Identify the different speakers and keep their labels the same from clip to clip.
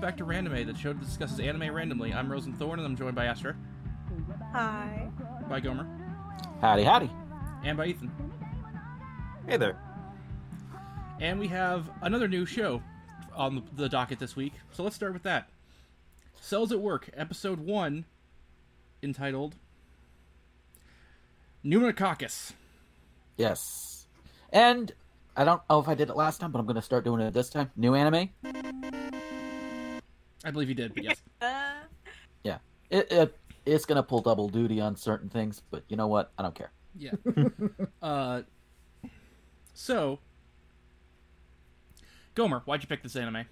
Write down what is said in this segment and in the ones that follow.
Speaker 1: back to Randomay, the show that discusses anime randomly. I'm Rosen Thorne, and I'm joined by Astra,
Speaker 2: Hi.
Speaker 1: by Gomer,
Speaker 3: Howdy, howdy.
Speaker 1: and by Ethan.
Speaker 3: Hey there.
Speaker 1: And we have another new show on the, the docket this week. So let's start with that. Cells at Work, Episode 1, entitled Pneumococcus.
Speaker 3: Yes. And I don't know if I did it last time, but I'm going to start doing it this time. New anime.
Speaker 1: I believe you did, but yes.
Speaker 2: Uh,
Speaker 3: It, it it's going to pull double duty on certain things, but you know what? I don't care.
Speaker 1: Yeah. uh, so, Gomer, why'd you pick this anime?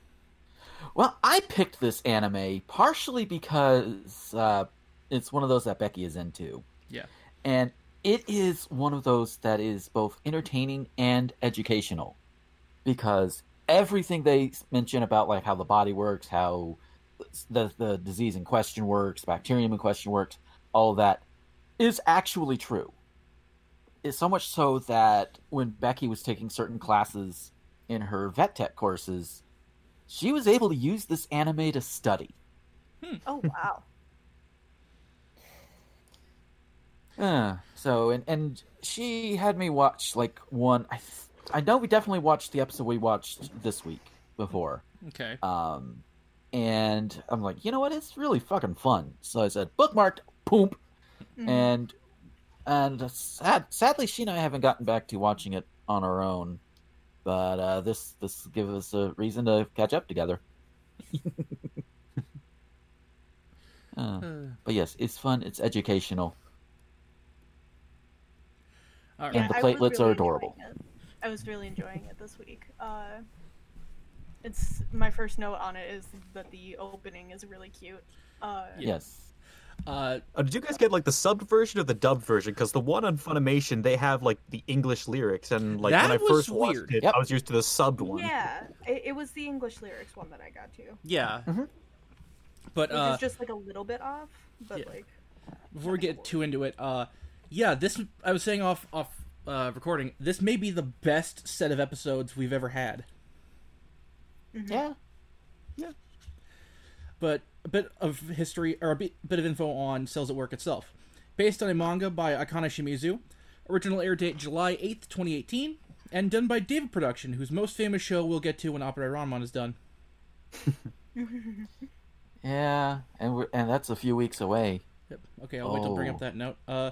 Speaker 3: Well, I picked this anime partially because uh, it's one of those that Becky is into.
Speaker 1: Yeah.
Speaker 3: And it is one of those that is both entertaining and educational because everything they mention about like how the body works, how the the disease in question works, bacterium in question works, all that is actually true. It's so much so that when Becky was taking certain classes in her vet tech courses, she was able to use this anime to study.
Speaker 2: oh wow.
Speaker 3: Uh, so and and she had me watch like one. I th- I know we definitely watched the episode we watched this week before.
Speaker 1: Okay.
Speaker 3: Um, and I'm like, you know what? It's really fucking fun. So I said bookmarked, poop, and and sad, sadly, she and I haven't gotten back to watching it on our own. But uh, this this gives us a reason to catch up together. Uh,
Speaker 1: Uh,
Speaker 3: but yes, it's fun. It's educational.
Speaker 1: all right.
Speaker 3: Yeah. the
Speaker 2: I was
Speaker 3: platelets are adorable.
Speaker 2: enjoying it. I was really enjoying it this week. Uh, it's my first note on it is that the opening is really cute. Uh,
Speaker 1: Yeah.
Speaker 3: Yes.
Speaker 1: Uh,
Speaker 4: Uh, did you guys get like the sub version or the dub version? Because the one on Funimation, they have like the English lyrics, and like
Speaker 1: That
Speaker 4: when I
Speaker 1: was
Speaker 4: first watched
Speaker 1: weird.
Speaker 4: it,
Speaker 3: Yep.
Speaker 4: I was used to the subbed one.
Speaker 2: yeah, it, it was the English lyrics one that I got to, which
Speaker 1: yeah.
Speaker 3: Mhm.
Speaker 1: But uh,
Speaker 2: is just like a little bit off, but
Speaker 1: Yeah.
Speaker 2: like
Speaker 1: before we get too into it, uh, yeah, this I was saying off off uh, recording. This may be the best set of episodes we've ever had.
Speaker 3: Yeah.
Speaker 1: But a bit of history or a bit, bit of info on Cells at Work itself. Based on a manga by Akana Shimizu, original air date July 8th, 2018, and done by David Production, whose most famous show we'll get to when Opera Ranmon is done.
Speaker 3: Yeah, and we're and that's a few weeks away.
Speaker 1: Yep. Okay, I'll wait to bring up
Speaker 3: Oh.
Speaker 1: that note. Uh,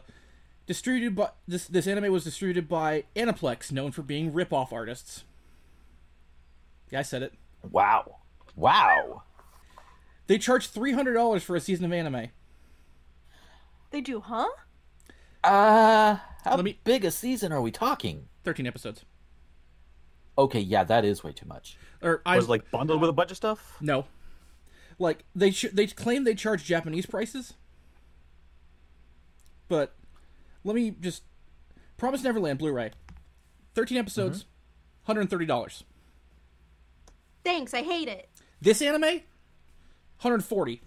Speaker 1: distributed by this this anime was distributed by Aniplex, known for being rip-off artists. Yeah, I said it.
Speaker 3: Wow, wow.
Speaker 1: They charge three hundred dollars for a season of anime.
Speaker 2: they do, huh?
Speaker 3: Uh, how
Speaker 1: Let me-
Speaker 3: big a season are we talking?
Speaker 1: Thirteen episodes.
Speaker 3: Okay, yeah, that is way too much.
Speaker 1: Or I
Speaker 4: It was like bundled with a bunch of stuff.
Speaker 1: no, like they sh- they claim they charge Japanese prices, but let me just Promise Neverland Blu-ray, thirteen episodes, and thirty dollars.
Speaker 5: Thanks, I hate it.
Speaker 1: This anime, hundred forty.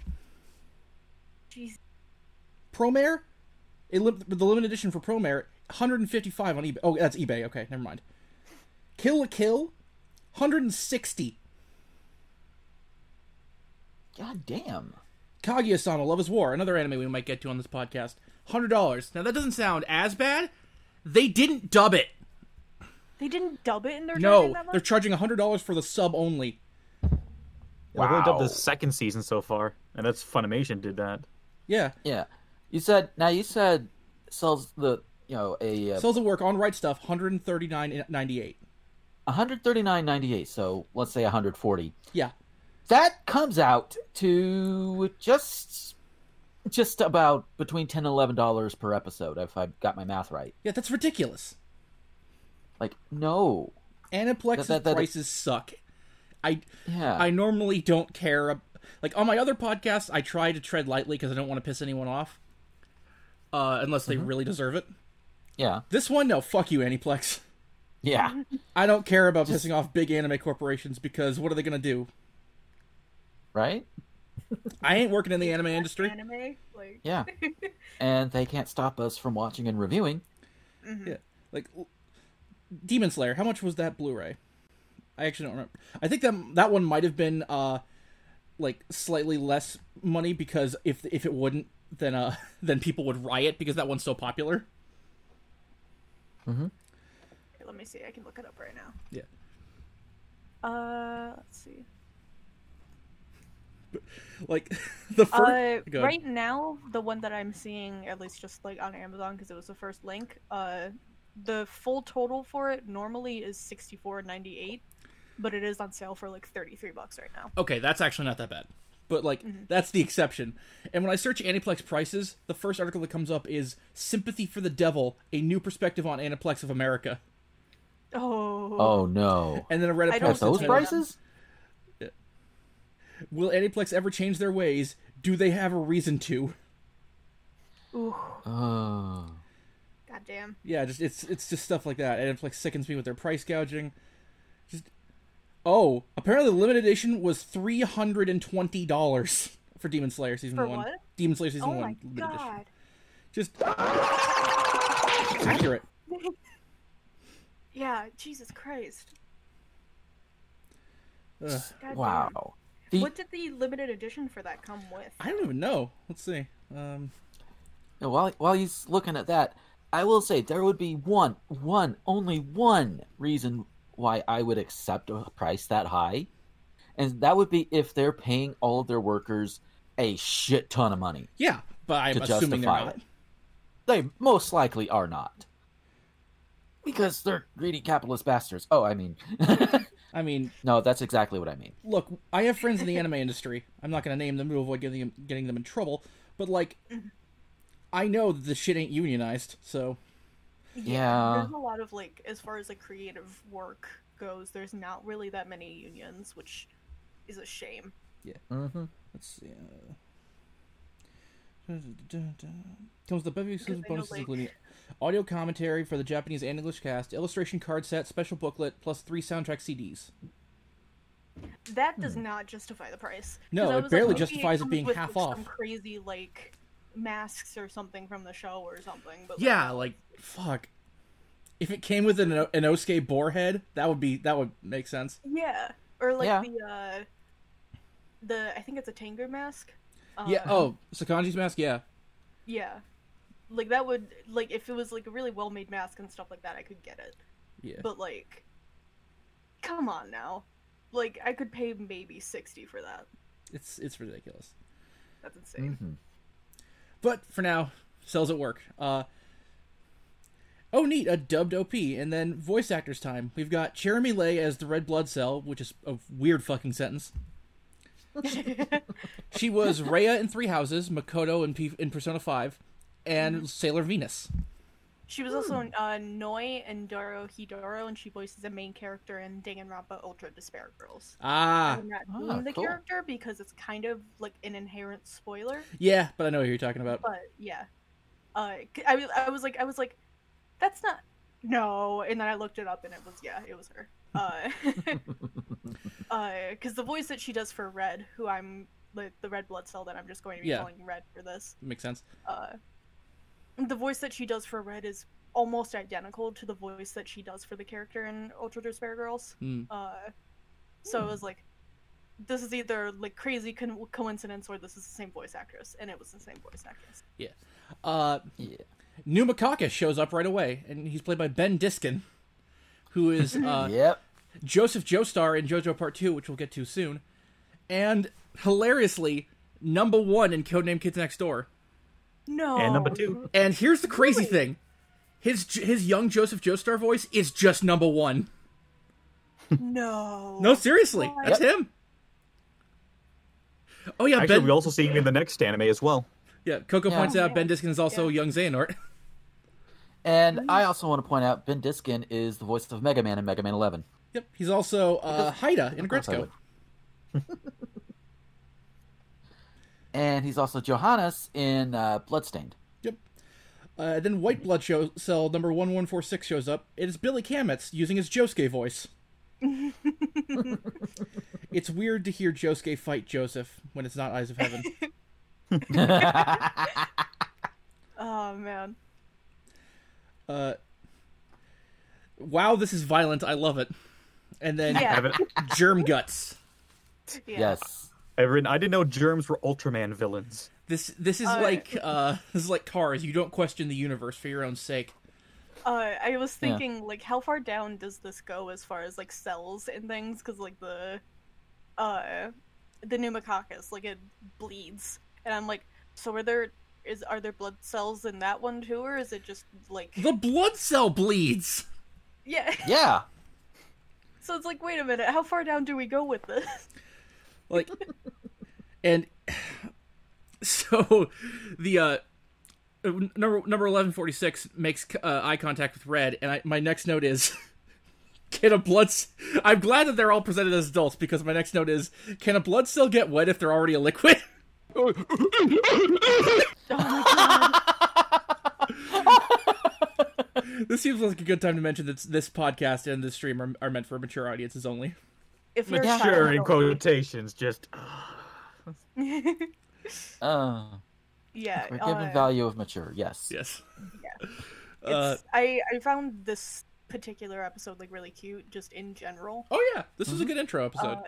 Speaker 2: Jeez.
Speaker 1: Promare, it, lim- the limited edition for Promare, 155 on eBay. Oh, that's eBay. Okay, never mind. Kill a Kill, 160.
Speaker 3: God damn.
Speaker 1: Kaguya-sama, Love is War, another anime we might get to on this podcast, $100. Now, that doesn't sound as bad. They didn't dub it.
Speaker 2: They didn't dub it in their
Speaker 1: No,
Speaker 2: that
Speaker 1: they're
Speaker 2: much?
Speaker 1: charging $100 for the sub only.
Speaker 4: Yeah, They've only dubbed
Speaker 3: Wow.
Speaker 4: the second season so far, and that's Funimation did that.
Speaker 1: Yeah.
Speaker 3: Yeah, you said now you said sells the you know a uh,
Speaker 1: Sells at work on right stuff, 139.98.
Speaker 3: 139.98, so let's say 140.
Speaker 1: Yeah.
Speaker 3: That comes out to just just about between 10 and 11 dollars per episode if I got my math right.
Speaker 1: Yeah, that's ridiculous.
Speaker 3: Like no.
Speaker 1: Aniplex's
Speaker 3: That- that- that-
Speaker 1: prices suck. I
Speaker 3: Yeah.
Speaker 1: I normally don't care. ab- Like on my other podcasts, I try to tread lightly because I don't want to piss anyone off, uh, unless
Speaker 3: Mm-hmm.
Speaker 1: they really deserve it.
Speaker 3: Yeah.
Speaker 1: This one, no, fuck you, Aniplex.
Speaker 3: Yeah.
Speaker 1: I don't care about pissing off big anime corporations because what are they gonna do?
Speaker 3: Right?
Speaker 1: I ain't working in the anime industry.
Speaker 2: anime like
Speaker 3: Yeah. and they can't stop us from watching and reviewing.
Speaker 1: Like l- Demon Slayer, how much was that Blu-ray? I actually don't remember. I think that that one might have been uh, like slightly less money because if if it wouldn't, then uh then people would riot because that one's so popular.
Speaker 2: Here, let me see. I can look it up right now.
Speaker 1: Yeah.
Speaker 2: Uh, let's see.
Speaker 1: Like the first
Speaker 2: Uh,
Speaker 1: Go ahead.
Speaker 2: right now, the one that I'm seeing, at least just like on Amazon, because it was the first link. Uh, the full total for it normally is sixty four ninety eight, but it is on sale for like thirty three bucks right now.
Speaker 1: okay, that's actually not that bad. But like
Speaker 2: Mm-hmm.
Speaker 1: that's the exception. And when I search Aniplex prices, the first article that comes up is "Sympathy for the Devil: A New Perspective on Aniplex of America,"
Speaker 2: Oh.
Speaker 3: Oh no!
Speaker 1: and then I read a
Speaker 2: I
Speaker 1: Reddit
Speaker 2: don't
Speaker 3: At
Speaker 1: post
Speaker 3: those
Speaker 2: Those
Speaker 1: entitled,
Speaker 3: prices?
Speaker 1: "Will Aniplex ever change their ways? Do they have a reason to?"
Speaker 2: Ooh.
Speaker 3: Oh.
Speaker 5: Goddamn.
Speaker 1: Yeah, just it's it's just stuff like that. And it like sickens me with their price gouging. Just oh, apparently the limited edition was three hundred and twenty dollars for Demon Slayer season
Speaker 2: For
Speaker 1: one.
Speaker 2: what?
Speaker 1: Demon Slayer season
Speaker 2: Oh
Speaker 1: one
Speaker 2: my
Speaker 1: limited edition.
Speaker 2: god.
Speaker 1: Just accurate.
Speaker 2: Yeah. Jesus Christ.
Speaker 1: Ugh,
Speaker 2: God damn.
Speaker 3: Wow. The-
Speaker 2: What did the limited edition for that come with?
Speaker 1: I don't even know. Let's see. Um,
Speaker 3: Now, Oh, while while he's looking at that, I will say there would be one, one, only one reason why I would accept a price that high, and that would be if they're paying all of their workers a shit ton of money.
Speaker 1: yeah, but I'm
Speaker 3: To
Speaker 1: assuming they're
Speaker 3: justify
Speaker 1: not.
Speaker 3: it. They most likely are not, because they're greedy capitalist bastards. Oh, I mean,
Speaker 1: I mean,
Speaker 3: no, that's exactly what I mean.
Speaker 1: look, I have friends in the anime industry. I'm not going to name them to avoid getting getting them in trouble. But like, I know that the shit ain't unionized, so
Speaker 3: Yeah, Uh.
Speaker 2: There's a lot of like, as far as like creative work goes, there's not really that many unions, which is a shame.
Speaker 3: hmm
Speaker 1: Let's see. Uh... Comes the bevy of exclusive
Speaker 2: Because I know,
Speaker 1: bonuses,
Speaker 2: like-
Speaker 1: including audio commentary for the Japanese and English cast, illustration card set, special booklet, plus three soundtrack CDs.
Speaker 2: That does not justify the price. 'Cause
Speaker 1: Hmm. No,
Speaker 2: I
Speaker 1: it
Speaker 2: was
Speaker 1: barely
Speaker 2: maybe
Speaker 1: justifies it
Speaker 2: comes
Speaker 1: being
Speaker 2: with,
Speaker 1: half
Speaker 2: like, some
Speaker 1: off.
Speaker 2: crazy like masks or something from the show or something. But like,
Speaker 1: Yeah, like fuck. If it came with an O- an Osuke boar head, that would be that would make sense.
Speaker 2: yeah, or like
Speaker 3: Yeah.
Speaker 2: the uh, the I think it's a Tengu mask. Uh,
Speaker 1: yeah. Oh, Sakanji's mask. Yeah.
Speaker 2: yeah. Like that would like if it was like a really well made mask and stuff like that, I could get it.
Speaker 1: Yeah.
Speaker 2: But like, come on now. Like I could pay maybe sixty for that.
Speaker 1: It's it's ridiculous.
Speaker 2: That's insane.
Speaker 1: But for now, sells at work. Uh, oh, neat, a dubbed OP, and then voice actors time. We've got Jeremy Lay as the Red Blood Cell, which is a weird fucking sentence. she was Rhea in Three Houses, Makoto in, P- in Persona 5, and Sailor Venus.
Speaker 2: She was also
Speaker 1: Hmm.
Speaker 2: in uh, Noi and Doro Hidoro, and she voices a main character in Danganronpa Ultra Despair Girls.
Speaker 1: Ah,
Speaker 2: I'm not
Speaker 3: Ah,
Speaker 2: naming the
Speaker 3: cool.
Speaker 2: character because it's kind of like an inherent spoiler,
Speaker 1: yeah, but I know who you're talking about.
Speaker 2: but yeah. Uh, c- I, was- I was like, I was like, that's not. No, and then I looked it up, and it was yeah, it was her. Uh, because the voice that she does for Red, who I'm like the red blood cell that I'm just going to be
Speaker 1: Yeah.
Speaker 2: calling Red for this,
Speaker 1: Makes sense.
Speaker 2: uh, the voice that she does for Red is almost identical to the voice that she does for the character in Ultra Despair Girls.
Speaker 1: Hmm.
Speaker 2: Uh, so it was like, this is either like crazy con- coincidence or this is the same voice actress, and it was the same voice actress.
Speaker 1: Uh,
Speaker 3: Yeah.
Speaker 1: Pneumococcus shows up right away, and he's played by Ben Diskin, who is uh,
Speaker 3: yep.
Speaker 1: Joseph Joestar in JoJo Part 2, which we'll get to soon, and hilariously, number one in Codename Kids Next Door.
Speaker 2: No.
Speaker 4: And number two,
Speaker 1: And here's the crazy thing his his young Joseph Joestar voice is just number one.
Speaker 2: No.
Speaker 1: No, seriously, that's him. Oh, yeah,
Speaker 4: actually,
Speaker 1: Ben.
Speaker 4: we also see him in the next anime as well.
Speaker 1: yeah, Coco
Speaker 3: Yeah.
Speaker 1: points out Ben Diskin is also young Xehanort.
Speaker 3: And I also want to point out Ben Diskin is the voice of Mega Man in Mega Man 11.
Speaker 1: yep, he's also uh, Haida in
Speaker 3: Of course I
Speaker 1: Gretzko.
Speaker 3: would. and he's also Johannes in uh, Bloodstained.
Speaker 1: Yep. Uh, then White Blood show, Cell number 1146 shows up. It is Billy Kamitz using his Josuke voice. it's weird to hear Josuke fight Joseph when it's not Eyes of Heaven.
Speaker 2: Oh man.
Speaker 1: Uh, wow, this is violent. I love it. And then
Speaker 2: Yeah.
Speaker 4: Have it-
Speaker 1: Germ Guts.
Speaker 2: yeah.
Speaker 3: Yes.
Speaker 4: I've written, I didn't know germs were Ultraman villains.
Speaker 1: This this is
Speaker 2: Uh,
Speaker 1: like uh, this is like cars. You don't question the universe for your own sake.
Speaker 2: Uh, I was
Speaker 3: Yeah.
Speaker 2: thinking, like, how far down does this go as far as like cells and things? Because like the, uh, the pneumococcus, like it bleeds, and I'm like, so are there is are there blood cells in that one too, or is it just like
Speaker 1: The blood cell bleeds.
Speaker 2: yeah?
Speaker 3: Yeah.
Speaker 2: So it's like, wait a minute, how far down do we go with this?
Speaker 1: Like, and so the uh, number number eleven forty six makes uh, eye contact with Red, and I, my next note is. Can a blood? c- I'm glad that they're all presented as adults because my next note is: Can a blood cell get wet if they're already a liquid?
Speaker 2: Oh my god.
Speaker 1: This seems like a good time to mention that this podcast and this stream are, are meant for mature audiences only.
Speaker 2: If you're a child,
Speaker 4: Mature in
Speaker 2: don't-
Speaker 4: quotations, just.
Speaker 3: Uh,
Speaker 2: yeah.
Speaker 3: we're
Speaker 2: uh,
Speaker 3: given value of mature. Yes.
Speaker 1: Yes. Uh,
Speaker 2: it's- I I found this particular episode like really cute, just in general.
Speaker 1: oh yeah, this was a good intro episode.
Speaker 2: Uh,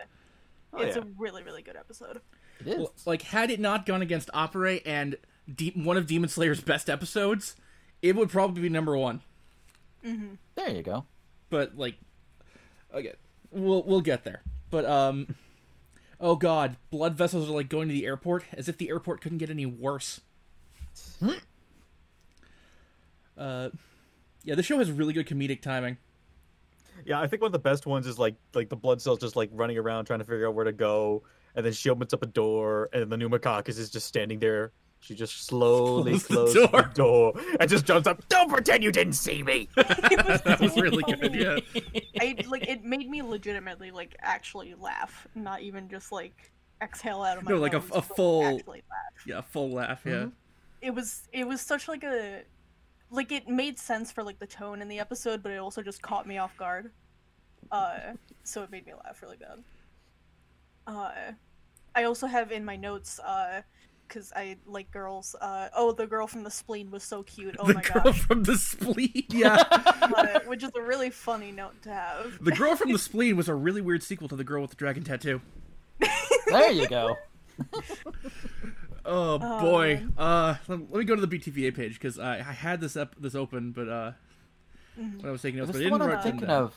Speaker 4: Oh,
Speaker 2: it's
Speaker 4: yeah.
Speaker 2: a really really good episode.
Speaker 3: It is.
Speaker 1: L- like had it not gone against Opera and De- one of Demon Slayer's best episodes, it would probably be number one.
Speaker 3: there you go.
Speaker 1: But like, again, we'll we'll get there. But um, oh god, blood vessels are like going to the airport, as if the airport couldn't get any worse. uh, yeah, the show has really good comedic timing.
Speaker 4: Yeah, I think one of the best ones is like like the blood cells just like running around trying to figure out where to go, and then she opens up a door, and the pneumococcus is just standing there. She just slowly
Speaker 1: Close the
Speaker 4: closes the door. and just jumps up. Don't pretend you didn't see me.
Speaker 1: that was really
Speaker 2: Oh,
Speaker 1: good. Yeah.
Speaker 2: I like it made me legitimately like actually laugh, not even just like exhale out of my
Speaker 1: No, like a-
Speaker 2: nose,
Speaker 1: a
Speaker 2: but, like,
Speaker 1: full-
Speaker 2: actually laugh.
Speaker 1: Yeah, full laugh. Yeah.
Speaker 2: It was it was such like a like it made sense for like the tone in the episode, but it also just caught me off guard. Uh, so it made me laugh really bad. Uh, I also have in my notes uh. Because I like girls. Uh, oh, the girl from the spleen was so cute. Oh
Speaker 1: the
Speaker 2: my
Speaker 1: girl
Speaker 2: gosh,
Speaker 1: from the spleen. Yeah.
Speaker 2: Uh, which is a really funny note to have.
Speaker 1: the girl from the spleen was a really weird sequel to the girl with the dragon tattoo.
Speaker 3: There you go.
Speaker 1: Oh
Speaker 2: Oh,
Speaker 1: boy.
Speaker 2: man.
Speaker 1: Uh, let, let me go to the BTVA page because I, I had this up this open, but uh, when I was taking
Speaker 3: If
Speaker 1: notes, but I didn't
Speaker 3: it's the one I'm
Speaker 1: write them
Speaker 3: thinking
Speaker 1: down.
Speaker 3: of,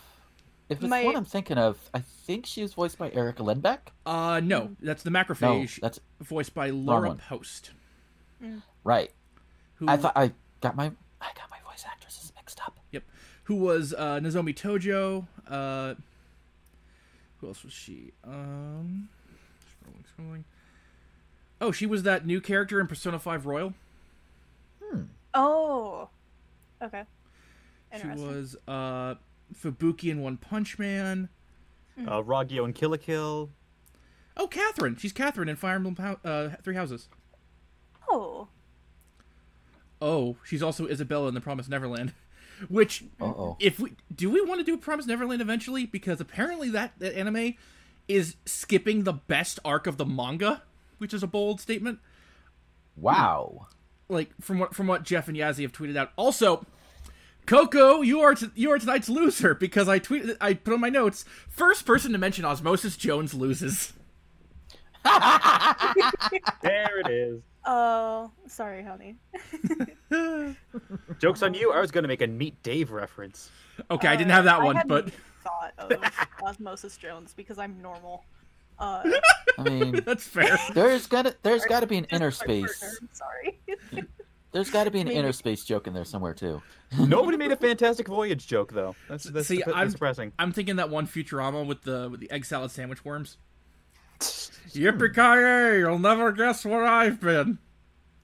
Speaker 3: if it's
Speaker 2: My-
Speaker 3: the one I'm thinking of, I think she was voiced by Erica Lenbeck.
Speaker 1: Uh, no, that's the
Speaker 3: No,
Speaker 1: macrophage,
Speaker 3: that's
Speaker 1: voiced by Laura
Speaker 3: one.
Speaker 1: Post.
Speaker 3: right.
Speaker 1: Who,
Speaker 3: I thought I got my I got my voice actresses mixed up.
Speaker 1: Yep. Who was uh, Nozomi Tojo? Uh, who else was she? Um, scrolling, scrolling. Oh, she was that new character in Persona Five Royal.
Speaker 2: Oh. Okay.
Speaker 1: She
Speaker 2: Interesting.
Speaker 1: was uh, Fubuki in One Punch Man.
Speaker 4: Uh, Roggio and Kill a Kill.
Speaker 1: Oh, Catherine. She's Catherine in Fire Emblem Hou- uh, Three Houses.
Speaker 2: Oh.
Speaker 1: Oh, she's also Isabella in The Promised Neverland. Which,
Speaker 3: Uh oh.
Speaker 1: if we do, we want to do Promised Neverland eventually because apparently that, that anime is skipping the best arc of the manga, which is a bold statement.
Speaker 3: Wow.
Speaker 1: Like from what from what Jeff and Yazzie have tweeted out. Also, Coco, you are t- you are tonight's loser because I tweeted I put on my notes first person to mention Osmosis Jones loses.
Speaker 4: There it is.
Speaker 2: Oh, sorry, honey.
Speaker 4: Jokes on you. I was gonna make a Meet Dave reference.
Speaker 1: Okay, I didn't
Speaker 2: Uh,
Speaker 1: have that
Speaker 2: I
Speaker 1: one,
Speaker 2: hadn't
Speaker 1: but
Speaker 2: even thought of Osmosis Jones because I'm normal. Uh,
Speaker 3: I mean,
Speaker 1: that's fair.
Speaker 3: there's gotta there's gotta be an
Speaker 2: my
Speaker 3: inner
Speaker 2: partner,
Speaker 3: space.
Speaker 2: I'm sorry.
Speaker 3: There's gotta be an
Speaker 2: Maybe.
Speaker 3: inner space joke in there somewhere too.
Speaker 4: Nobody made a Fantastic Voyage joke though. That's that's,
Speaker 1: See,
Speaker 4: dep- that's
Speaker 1: I'm-
Speaker 4: depressing.
Speaker 1: I'm thinking that one Futurama with the with the egg salad sandwich worms. Yippee You'll never guess where I've been.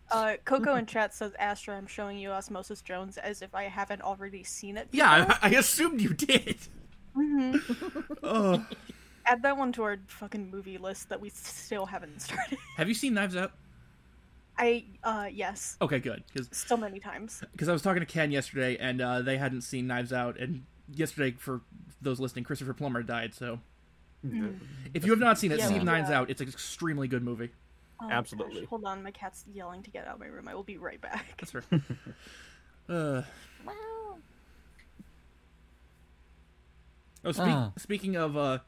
Speaker 2: Uh, Coco in chat says, Astra, I'm showing you Osmosis Jones as if I haven't already seen it.
Speaker 1: Yeah, I, I assumed you did.
Speaker 2: hmm
Speaker 1: Ugh.
Speaker 2: Add that one to our fucking movie list that we still haven't started.
Speaker 1: Have you seen Knives Out?
Speaker 2: I, uh, yes.
Speaker 1: Okay, good, because
Speaker 2: So many times.
Speaker 1: I was talking to Ken yesterday, and uh, they hadn't seen Knives Out, and yesterday for those listening, Christopher Plummer died. So if you have not seen it,
Speaker 2: Yeah.
Speaker 1: see
Speaker 3: Yeah.
Speaker 1: Knives Out. It's an extremely good movie.
Speaker 2: Oh my gosh,
Speaker 4: Absolutely.
Speaker 2: Hold on, my cat's yelling to get out of my room. I will be right back.
Speaker 1: That's fair. uh, oh, speak,
Speaker 3: Ah.
Speaker 1: Oh, speaking of uh,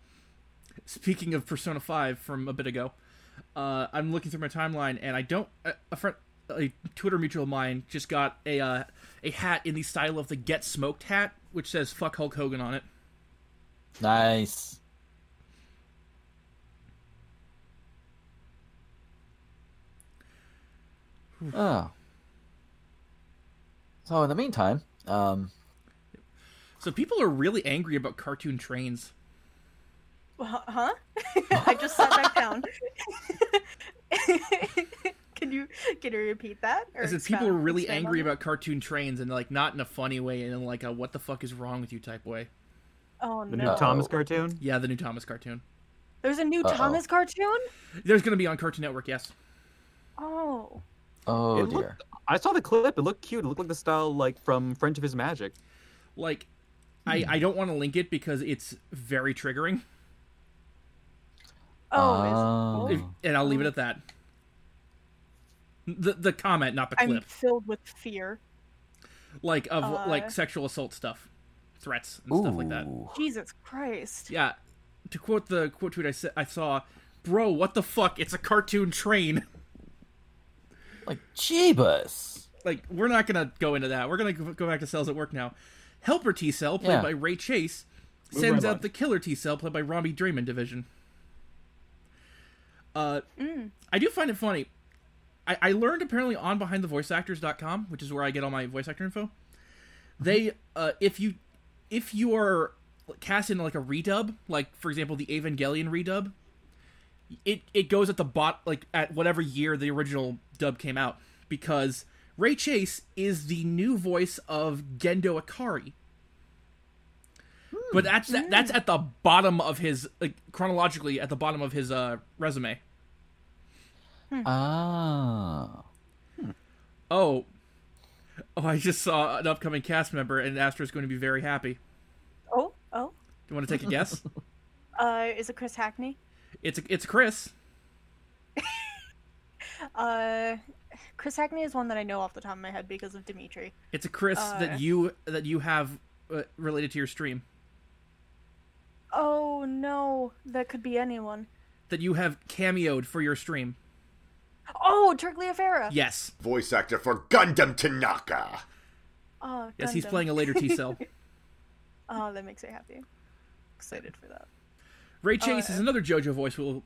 Speaker 1: speaking of Persona Five from a bit ago, Uh, I'm looking through my timeline, and I don't. A, a friend, a Twitter mutual of mine, just got a uh, a hat in the style of the Get Smoked hat, which says "Fuck Hulk Hogan" on it.
Speaker 3: Nice. Oh. So in the meantime, um,
Speaker 1: So people are really angry about cartoon trains.
Speaker 2: Well, huh? I just sat back down. can you can you repeat that? Or
Speaker 1: As if
Speaker 2: expand-
Speaker 1: people are really
Speaker 2: expand
Speaker 1: angry
Speaker 2: on it?
Speaker 1: about cartoon trains, and like not in a funny way, and in like a "What the fuck is wrong with you" type way.
Speaker 2: Oh
Speaker 4: The
Speaker 2: no!
Speaker 4: new
Speaker 3: No.
Speaker 4: Thomas cartoon.
Speaker 1: Yeah, the new Thomas cartoon.
Speaker 2: There's a new
Speaker 3: Uh-oh.
Speaker 2: Thomas cartoon.
Speaker 1: There's going to be on Cartoon Network. Yes.
Speaker 2: Oh,
Speaker 3: oh
Speaker 4: It
Speaker 3: dear.
Speaker 4: looked- I saw the clip. It looked cute. It looked like the style like from French of His Magic.
Speaker 1: Like, I I don't want to link it because it's very triggering,
Speaker 2: oh, is-
Speaker 3: Oh.
Speaker 2: oh.
Speaker 1: If- and I'll leave it at that. The the comment, not the
Speaker 2: I'm
Speaker 1: clip.
Speaker 2: filled with fear.
Speaker 1: like of
Speaker 2: Uh,
Speaker 1: like sexual assault stuff, threats and stuff like that.
Speaker 3: Ooh.
Speaker 2: Jesus Christ!
Speaker 1: Yeah, to quote the quote tweet I sa- I saw, bro, what the fuck? It's a cartoon train.
Speaker 3: Like Jeebus.
Speaker 1: like we're not gonna go into that. We're gonna go go back to cells at work now. Helper T Cell, played
Speaker 3: Yeah.
Speaker 1: by Ray Chase,
Speaker 4: Move
Speaker 1: sends
Speaker 4: right
Speaker 1: out
Speaker 4: on.
Speaker 1: the killer T Cell, played by Robbie Draymond Division. Uh, I do find it funny. I, I learned apparently on behindthevoiceactors.com, which is where I get all my voice actor info. They, uh, if you, if you are cast in like a redub, like for example the Evangelion redub, it it goes at the bot like at whatever year the original dub came out because Ray Chase is the new voice of Gendo Akari. But that's that, that's at the bottom of his like, chronologically at the bottom of his uh, resume. Hmm.
Speaker 3: Ah.
Speaker 1: Oh, oh! I just saw an upcoming cast member, and Astro's going to be very happy.
Speaker 2: Oh, oh,
Speaker 1: Do you want to take a guess?
Speaker 2: uh, is it Chris Hackney?
Speaker 1: it's it's Chris.
Speaker 2: Uh, Chris Hackney is one that I know off the top of my head because of Dimitri.
Speaker 1: It's a Chris
Speaker 2: Uh.
Speaker 1: that you that you have uh, related to your stream
Speaker 2: Oh no, that could be anyone.
Speaker 1: that you have cameoed for your stream.
Speaker 2: Oh, Turgliafera.
Speaker 1: Yes,
Speaker 6: Voice actor for Gundam Tanaka.
Speaker 2: Oh,
Speaker 1: yes, he's
Speaker 2: Gundam.
Speaker 1: playing a later T cell.
Speaker 2: Oh, that makes me happy. Excited for that.
Speaker 1: Ray
Speaker 2: Oh,
Speaker 1: Chase is another JoJo voice. who Will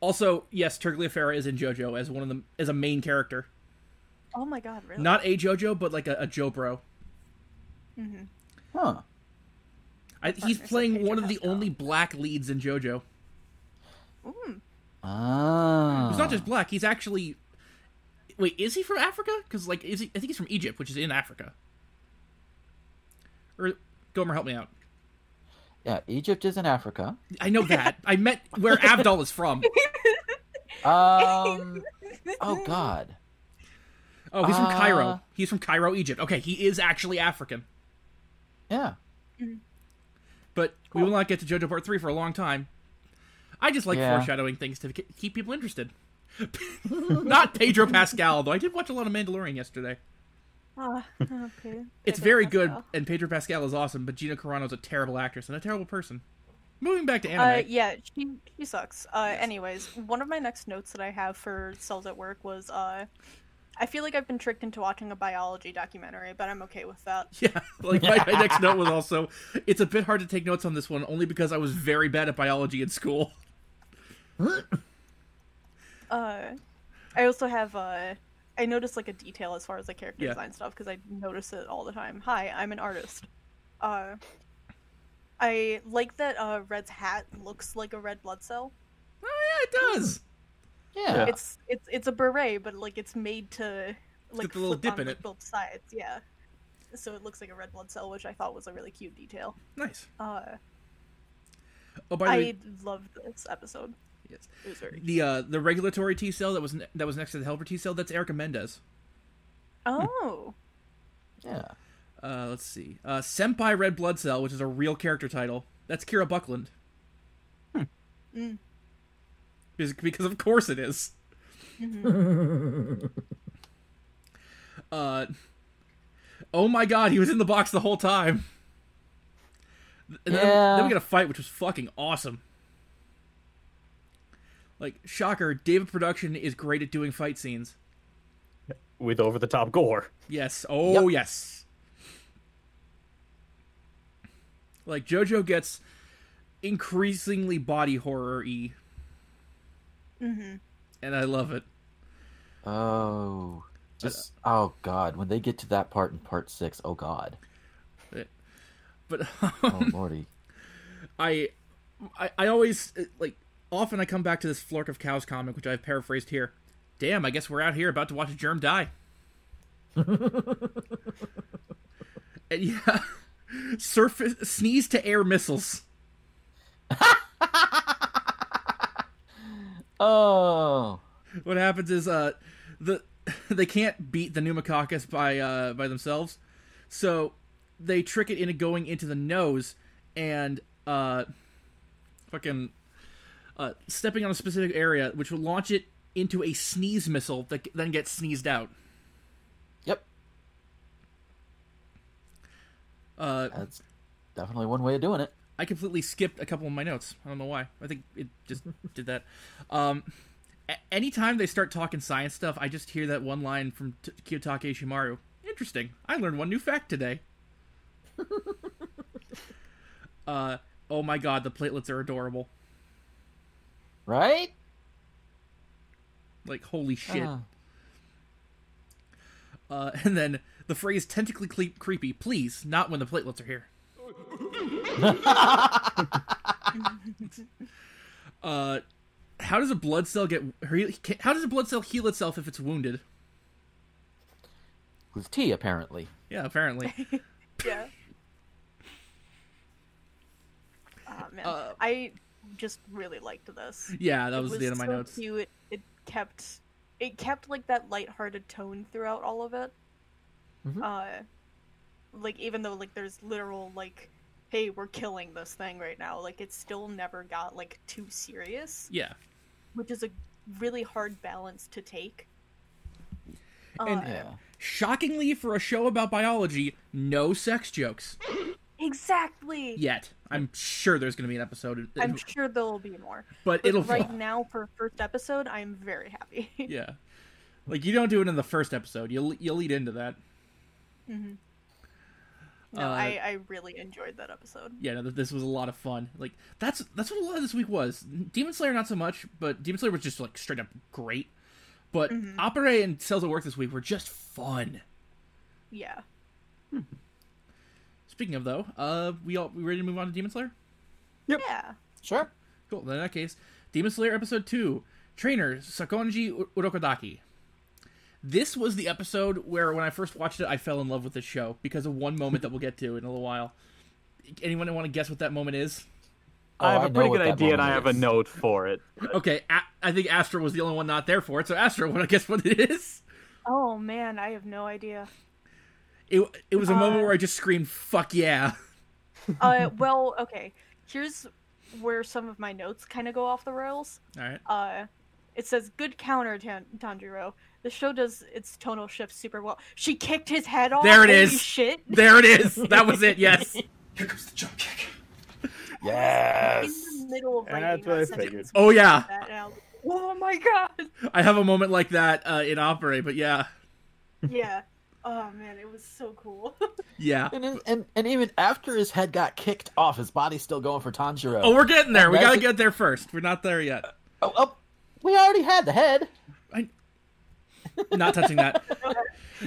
Speaker 1: also yes, Turgliafera is in JoJo as one of them as a main character,
Speaker 2: Oh my God, really?
Speaker 1: not a JoJo, but like a, a JoBro. bro.
Speaker 3: Huh.
Speaker 1: I, he's
Speaker 2: Partners
Speaker 1: playing
Speaker 2: of Pedro
Speaker 1: one of the
Speaker 2: Pascal.
Speaker 1: only black leads in JoJo.
Speaker 3: Ah.
Speaker 1: He's not just black. He's actually. Wait, is he from Africa? Because like, is he? I think he's from Egypt, which is in Africa. Or Gomer, help me out.
Speaker 3: Yeah, Egypt is in Africa.
Speaker 1: I know that. I meant where Abdal is from.
Speaker 3: Um. oh God.
Speaker 1: Oh, he's from
Speaker 3: Uh.
Speaker 1: Cairo. He's from Cairo, Egypt. Okay, he is actually African.
Speaker 3: Yeah.
Speaker 1: But we will not get to JoJo Part Three for a long time. I just like
Speaker 3: Yeah.
Speaker 1: foreshadowing things to ke- keep people interested. not Pedro Pascal, though. I did watch a lot of Mandalorian yesterday.
Speaker 2: Ah, okay.
Speaker 1: It's
Speaker 2: Pedro
Speaker 1: very good,
Speaker 2: Pascal.
Speaker 1: and Pedro Pascal is awesome, but Gina Carano's a terrible actress and a terrible person. Moving back to
Speaker 2: Uh,
Speaker 1: anime.
Speaker 2: yeah, she, she sucks. Uh, anyways, one of my next notes that I have for cells at work was, uh, I feel like I've been tricked into watching a biology documentary, but I'm okay with that.
Speaker 1: Yeah, like my, my next note was also it's a bit hard to take notes on this one only because I was very bad at biology in school.
Speaker 2: Uh, I also have uh, I noticed like a detail as far as like character
Speaker 1: Yeah.
Speaker 2: design stuff because I notice it all the time. Hi, I'm an artist. Uh, I like that uh, Red's hat looks like a red blood cell.
Speaker 1: Oh yeah, it does.
Speaker 3: Yeah.
Speaker 2: It's it's it's a beret, but like it's made to like
Speaker 1: got the little
Speaker 2: flip
Speaker 1: dip
Speaker 2: on
Speaker 1: in
Speaker 2: the
Speaker 1: it.
Speaker 2: both sides. Yeah, so it looks like a red blood cell, which I thought was a really cute detail.
Speaker 1: Nice.
Speaker 2: Uh,
Speaker 1: Oh, by the way,
Speaker 2: I loved this episode.
Speaker 1: yes.
Speaker 2: It was very
Speaker 1: the uh, the regulatory T cell that was ne- that was next to the helper T cell that's Erica Mendez.
Speaker 2: oh
Speaker 3: Yeah.
Speaker 1: Uh, let's see, uh, Senpai Red Blood Cell, which is a real character title. That's Kira Buckland.
Speaker 2: Mm.
Speaker 1: Because, because of course it is. uh, oh my god, he was in the box the whole time. And then,
Speaker 3: Yeah.
Speaker 1: then we got a fight, which was fucking awesome. Like, shocker, David Production is great at doing fight scenes.
Speaker 4: with over the top gore.
Speaker 1: Yes. Oh,
Speaker 3: Yep.
Speaker 1: yes. Like JoJo gets increasingly body horror y,
Speaker 2: Mm-hmm.
Speaker 1: and I love it.
Speaker 3: Oh, just oh god, when they get to that part in part six, oh god,
Speaker 1: But
Speaker 3: oh
Speaker 1: um,
Speaker 3: lordy,
Speaker 1: I, I, I always uh, like. Often I come back to this Flork of Cows comic, which I've paraphrased here. Damn, I guess we're out here about to watch a germ die. and yeah, surface sneeze to air missiles.
Speaker 3: oh,
Speaker 1: what happens is uh the they can't beat the pneumococcus by uh by themselves so they trick it into going into the nose and uh fucking uh stepping on a specific area which will launch it into a sneeze missile that then gets sneezed out
Speaker 3: yep,
Speaker 1: uh
Speaker 3: that's definitely one way of doing it.
Speaker 1: I completely skipped a couple of my notes. I don't know why. I think it just did that. Um, a- anytime they start talking science stuff, I just hear that one line from T- Kiyotake Ishimaru. Interesting. I learned one new fact today. uh, oh my god, the platelets are adorable.
Speaker 3: Right?
Speaker 1: Like, holy shit.
Speaker 3: Ah.
Speaker 1: Uh, and then the phrase tentacly cle- creepy, please, not when the platelets are here. uh, how does a blood cell get? How does a blood cell heal itself if it's wounded?
Speaker 3: With tea, apparently.
Speaker 1: Yeah, apparently.
Speaker 2: Yeah. oh man,
Speaker 1: Uh,
Speaker 2: I just really liked this.
Speaker 1: Yeah, that was,
Speaker 2: It
Speaker 1: the end of my
Speaker 2: so
Speaker 1: notes.
Speaker 2: Cute. It, it kept it kept like that lighthearted tone throughout all of it.
Speaker 1: Mm-hmm.
Speaker 3: Mhm.
Speaker 2: Uh, like even though like there's literal like, hey, we're killing this thing right now. Like it still never got like too serious,
Speaker 1: Yeah,
Speaker 2: which is a really hard balance to take.
Speaker 1: And-
Speaker 2: Uh,
Speaker 3: Yeah.
Speaker 1: shockingly for a show about biology, no sex jokes
Speaker 2: exactly.
Speaker 1: yet. I'm sure there's going to be an episode,
Speaker 2: I'm sure there'll be more.
Speaker 1: but
Speaker 2: But
Speaker 1: it'll
Speaker 2: right now for first episode, I'm very happy.
Speaker 1: yeah. Like you don't do it in the first episode. You you lead into that.
Speaker 2: no,
Speaker 1: Uh,
Speaker 2: I, I really enjoyed that episode.
Speaker 1: yeah, no, th- this was a lot of fun. Like that's that's what a lot of this week was. Demon Slayer not so much, but Demon Slayer was just like straight up great. But Opera and Cells at Work this week were just fun.
Speaker 2: Yeah.
Speaker 1: Speaking of though, uh, we all we ready to move on to Demon Slayer?
Speaker 2: Yeah.
Speaker 3: Sure.
Speaker 1: Cool. Then in that case, Demon Slayer episode two, Trainer Sakonji U- Urokodaki. This was the episode where, when I first watched it, I fell in love with this show because of one moment that we'll get to in a little while. Anyone want to guess what that moment is?
Speaker 3: Oh,
Speaker 4: I have
Speaker 3: I
Speaker 4: a
Speaker 3: know
Speaker 4: pretty
Speaker 3: what
Speaker 4: good
Speaker 3: that
Speaker 4: idea, and I
Speaker 3: moment
Speaker 4: have a
Speaker 3: is.
Speaker 4: note for it.
Speaker 1: Okay, A- I think Astro was the only one not there for it. So Astro, want to guess what it is?
Speaker 2: Oh man, I have no idea.
Speaker 1: It it was a moment
Speaker 2: Uh,
Speaker 1: where I just screamed "fuck yeah."
Speaker 2: Uh, well, okay. Here's where some of my notes kind of go off the rails.
Speaker 1: All right.
Speaker 2: Uh, it says, "Good counter, Tan- Tanjiro. The show does its tonal shift super well. She kicked his head off.
Speaker 1: There it
Speaker 2: Holy
Speaker 1: is.
Speaker 2: Shit.
Speaker 1: There it is. That was it. Yes.
Speaker 6: Here comes the jump kick.
Speaker 3: Yes.
Speaker 2: In the middle of
Speaker 4: And
Speaker 2: writing
Speaker 4: that's what I
Speaker 2: that sentence
Speaker 4: figured.
Speaker 1: Oh yeah.
Speaker 2: like that, and I was like, oh my god.
Speaker 1: I have a moment like that uh, in Opera, but yeah,
Speaker 2: yeah. Oh man, it was so cool.
Speaker 1: yeah.
Speaker 3: And, then- and and even after his head got kicked off, his body's still going for Tanjiro.
Speaker 1: Oh, we're getting there. We gotta
Speaker 3: Imagine-
Speaker 1: get there first. We're not there yet.
Speaker 3: oh, oh, we already had the head.
Speaker 1: Not touching that.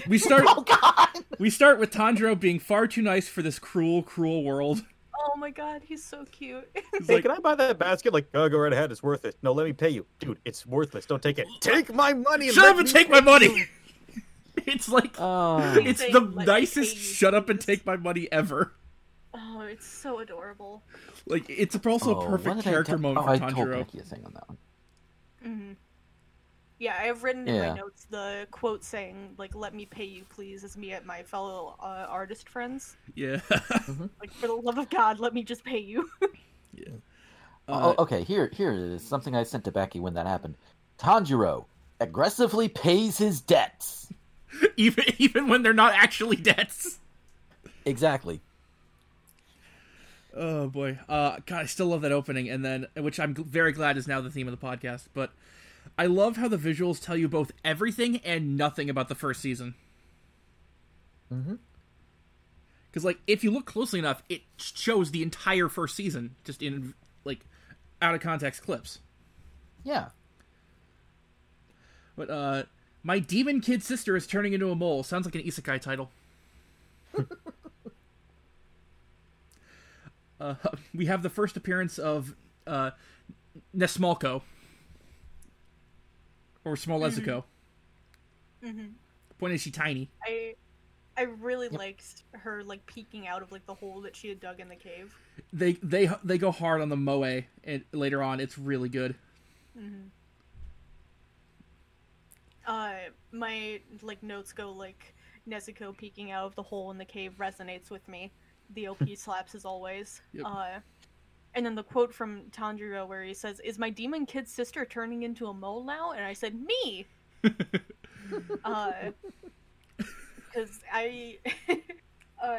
Speaker 1: We start.
Speaker 3: Oh god.
Speaker 1: We start with Tanjiro being far too nice for this cruel, cruel world.
Speaker 2: oh my god, he's so cute.
Speaker 1: He's
Speaker 4: Hey,
Speaker 1: like,
Speaker 4: can I buy that basket? Like, oh, go right ahead. It's worth it. No, let me pay you, dude. It's worthless. Don't take it. Take my money. And
Speaker 1: shut
Speaker 4: let
Speaker 1: up and
Speaker 4: me-
Speaker 1: take my money. it's like
Speaker 3: Oh.
Speaker 1: it's
Speaker 2: Say,
Speaker 1: the
Speaker 2: "Let me
Speaker 1: nicest
Speaker 2: pay you,
Speaker 1: shut up and
Speaker 2: please."
Speaker 1: take my money ever.
Speaker 2: oh, it's so adorable.
Speaker 1: Like it's also a
Speaker 3: Oh, what
Speaker 1: perfect
Speaker 3: did I
Speaker 1: character
Speaker 3: tell-
Speaker 1: moment
Speaker 3: oh,
Speaker 1: for
Speaker 3: I told
Speaker 1: Tanjiro.
Speaker 3: Becky a thing on that one.
Speaker 2: hmm Yeah, I have written in
Speaker 3: Yeah.
Speaker 2: my notes the quote saying, like, let me pay you, please, as me at my fellow uh, artist friends.
Speaker 1: Yeah.
Speaker 2: Like, for the love of God, let me just pay you.
Speaker 1: Uh,
Speaker 3: oh, okay. Here, here it is. Something I sent to Becky when that happened. Tanjiro aggressively pays his debts.
Speaker 1: Even even when they're not actually debts.
Speaker 3: Exactly.
Speaker 1: Oh boy, uh, God, I still love that opening, and then which I'm gl- very glad is now the theme of the podcast. But I love how the visuals tell you both everything and nothing about the first season.
Speaker 3: Mhm.
Speaker 1: Because like, if you look closely enough, it shows the entire first season just in like out of context clips.
Speaker 3: Yeah.
Speaker 1: But uh, my demon kid sister is turning into a mole. Sounds like an isekai title. uh, we have the first appearance of uh, Nesmalko or Smolezico.
Speaker 2: Mhm.
Speaker 1: Point is, she tiny.
Speaker 2: I I really
Speaker 3: Yep.
Speaker 2: liked her like peeking out of like the hole that she had dug in the cave.
Speaker 1: They they they go hard on the moe, and later on, it's really good.
Speaker 2: Uh, my like notes go like Nezuko peeking out of the hole in the cave resonates with me. The OP slaps as always.
Speaker 1: Yep.
Speaker 2: Uh, and then the quote from Tanjiro where he says, "Is my demon kid sister turning into a mole now?" And I said, "Me." Because I, uh,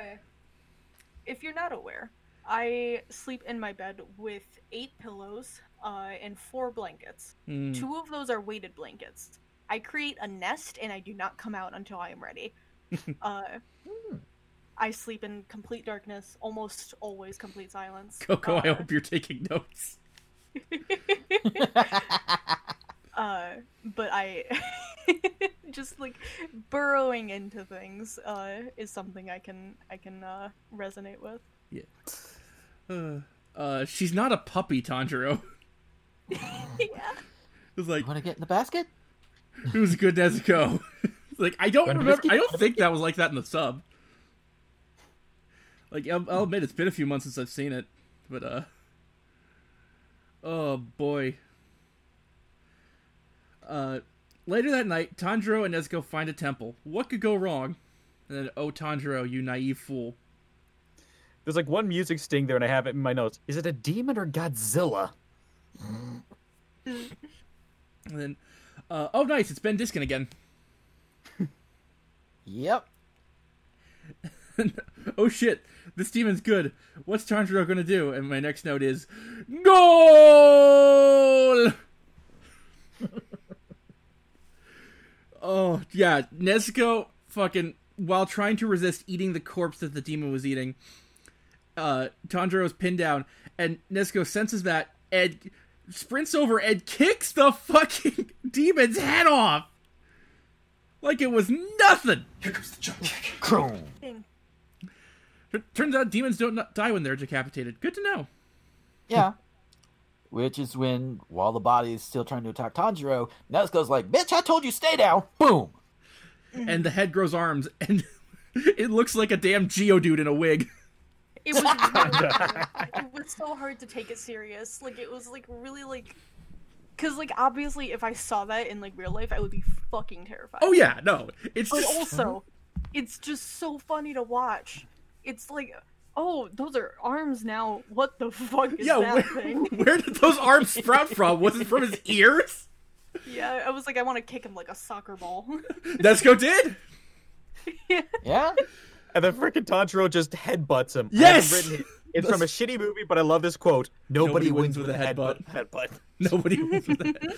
Speaker 2: if you're not aware, I sleep in my bed with eight pillows uh, and four blankets.
Speaker 1: Mm.
Speaker 2: Two of those are weighted blankets. I create a nest and I do not come out until I am ready. uh, I sleep in complete darkness, almost always complete silence.
Speaker 1: Coco, I
Speaker 2: Uh,
Speaker 1: hope you're taking notes.
Speaker 2: uh, but I just like burrowing into things uh, is something I can I can uh, resonate with.
Speaker 1: Uh, uh, she's not a puppy, Tanjiro.
Speaker 2: yeah.
Speaker 1: It's like
Speaker 3: You want to get in the basket?
Speaker 1: It was good Nezuko. like I don't
Speaker 4: Good
Speaker 1: remember.
Speaker 4: biscuit.
Speaker 1: I don't think that was like that in the sub. Like I'll, I'll admit, it's been a few months since I've seen it, but uh, oh boy. Uh, later that night, Tanjiro and Nezuko find a temple. What could go wrong? And then, oh Tanjiro, you naive fool!
Speaker 4: There's like one music sting there, and I have it in my notes. Is it a demon or Godzilla?
Speaker 1: And then, uh, oh nice, it's Ben Diskin again.
Speaker 3: Yep.
Speaker 1: oh shit, this demon's good. What's Tanjiro gonna do? And my next note is goal. oh yeah, Nezuko fucking while trying to resist eating the corpse that the demon was eating, uh, Tanjiro's pinned down, and Nezuko senses that and sprints over and kicks the fucking demon's head off like it was nothing.
Speaker 6: Here comes the jump kick.
Speaker 3: Croom.
Speaker 2: Thing.
Speaker 1: Tur- Turns out demons don't not die when they're decapitated. Good to know.
Speaker 3: Yeah. Which is when, while the body is still trying to attack Tanjiro, Nezuko's like, "Bitch, I told you stay down." Boom.
Speaker 1: And the head grows arms, and it looks like a damn Geodude in a wig.
Speaker 2: It was really hard. it was so hard to take it serious. Like it was like really like because like obviously if I saw that in like real life I would be fucking terrified.
Speaker 1: Oh yeah, no, it's
Speaker 2: But
Speaker 1: just
Speaker 2: also, it's just so funny to watch. It's like, oh, those are arms now. What the fuck is
Speaker 1: yeah. Where,
Speaker 2: that thing?
Speaker 1: where did those arms sprout from? Was it from his ears?
Speaker 2: Yeah, I was like, I want to kick him like a soccer ball.
Speaker 1: Nezuko did.
Speaker 3: Yeah.
Speaker 4: And then freaking Tanjiro just headbutts him. I
Speaker 1: Yes!
Speaker 4: haven't written it. It's from a shitty movie, but I love this quote. Nobody, wins, with a headbutt. Headbutt.
Speaker 1: Nobody wins with that.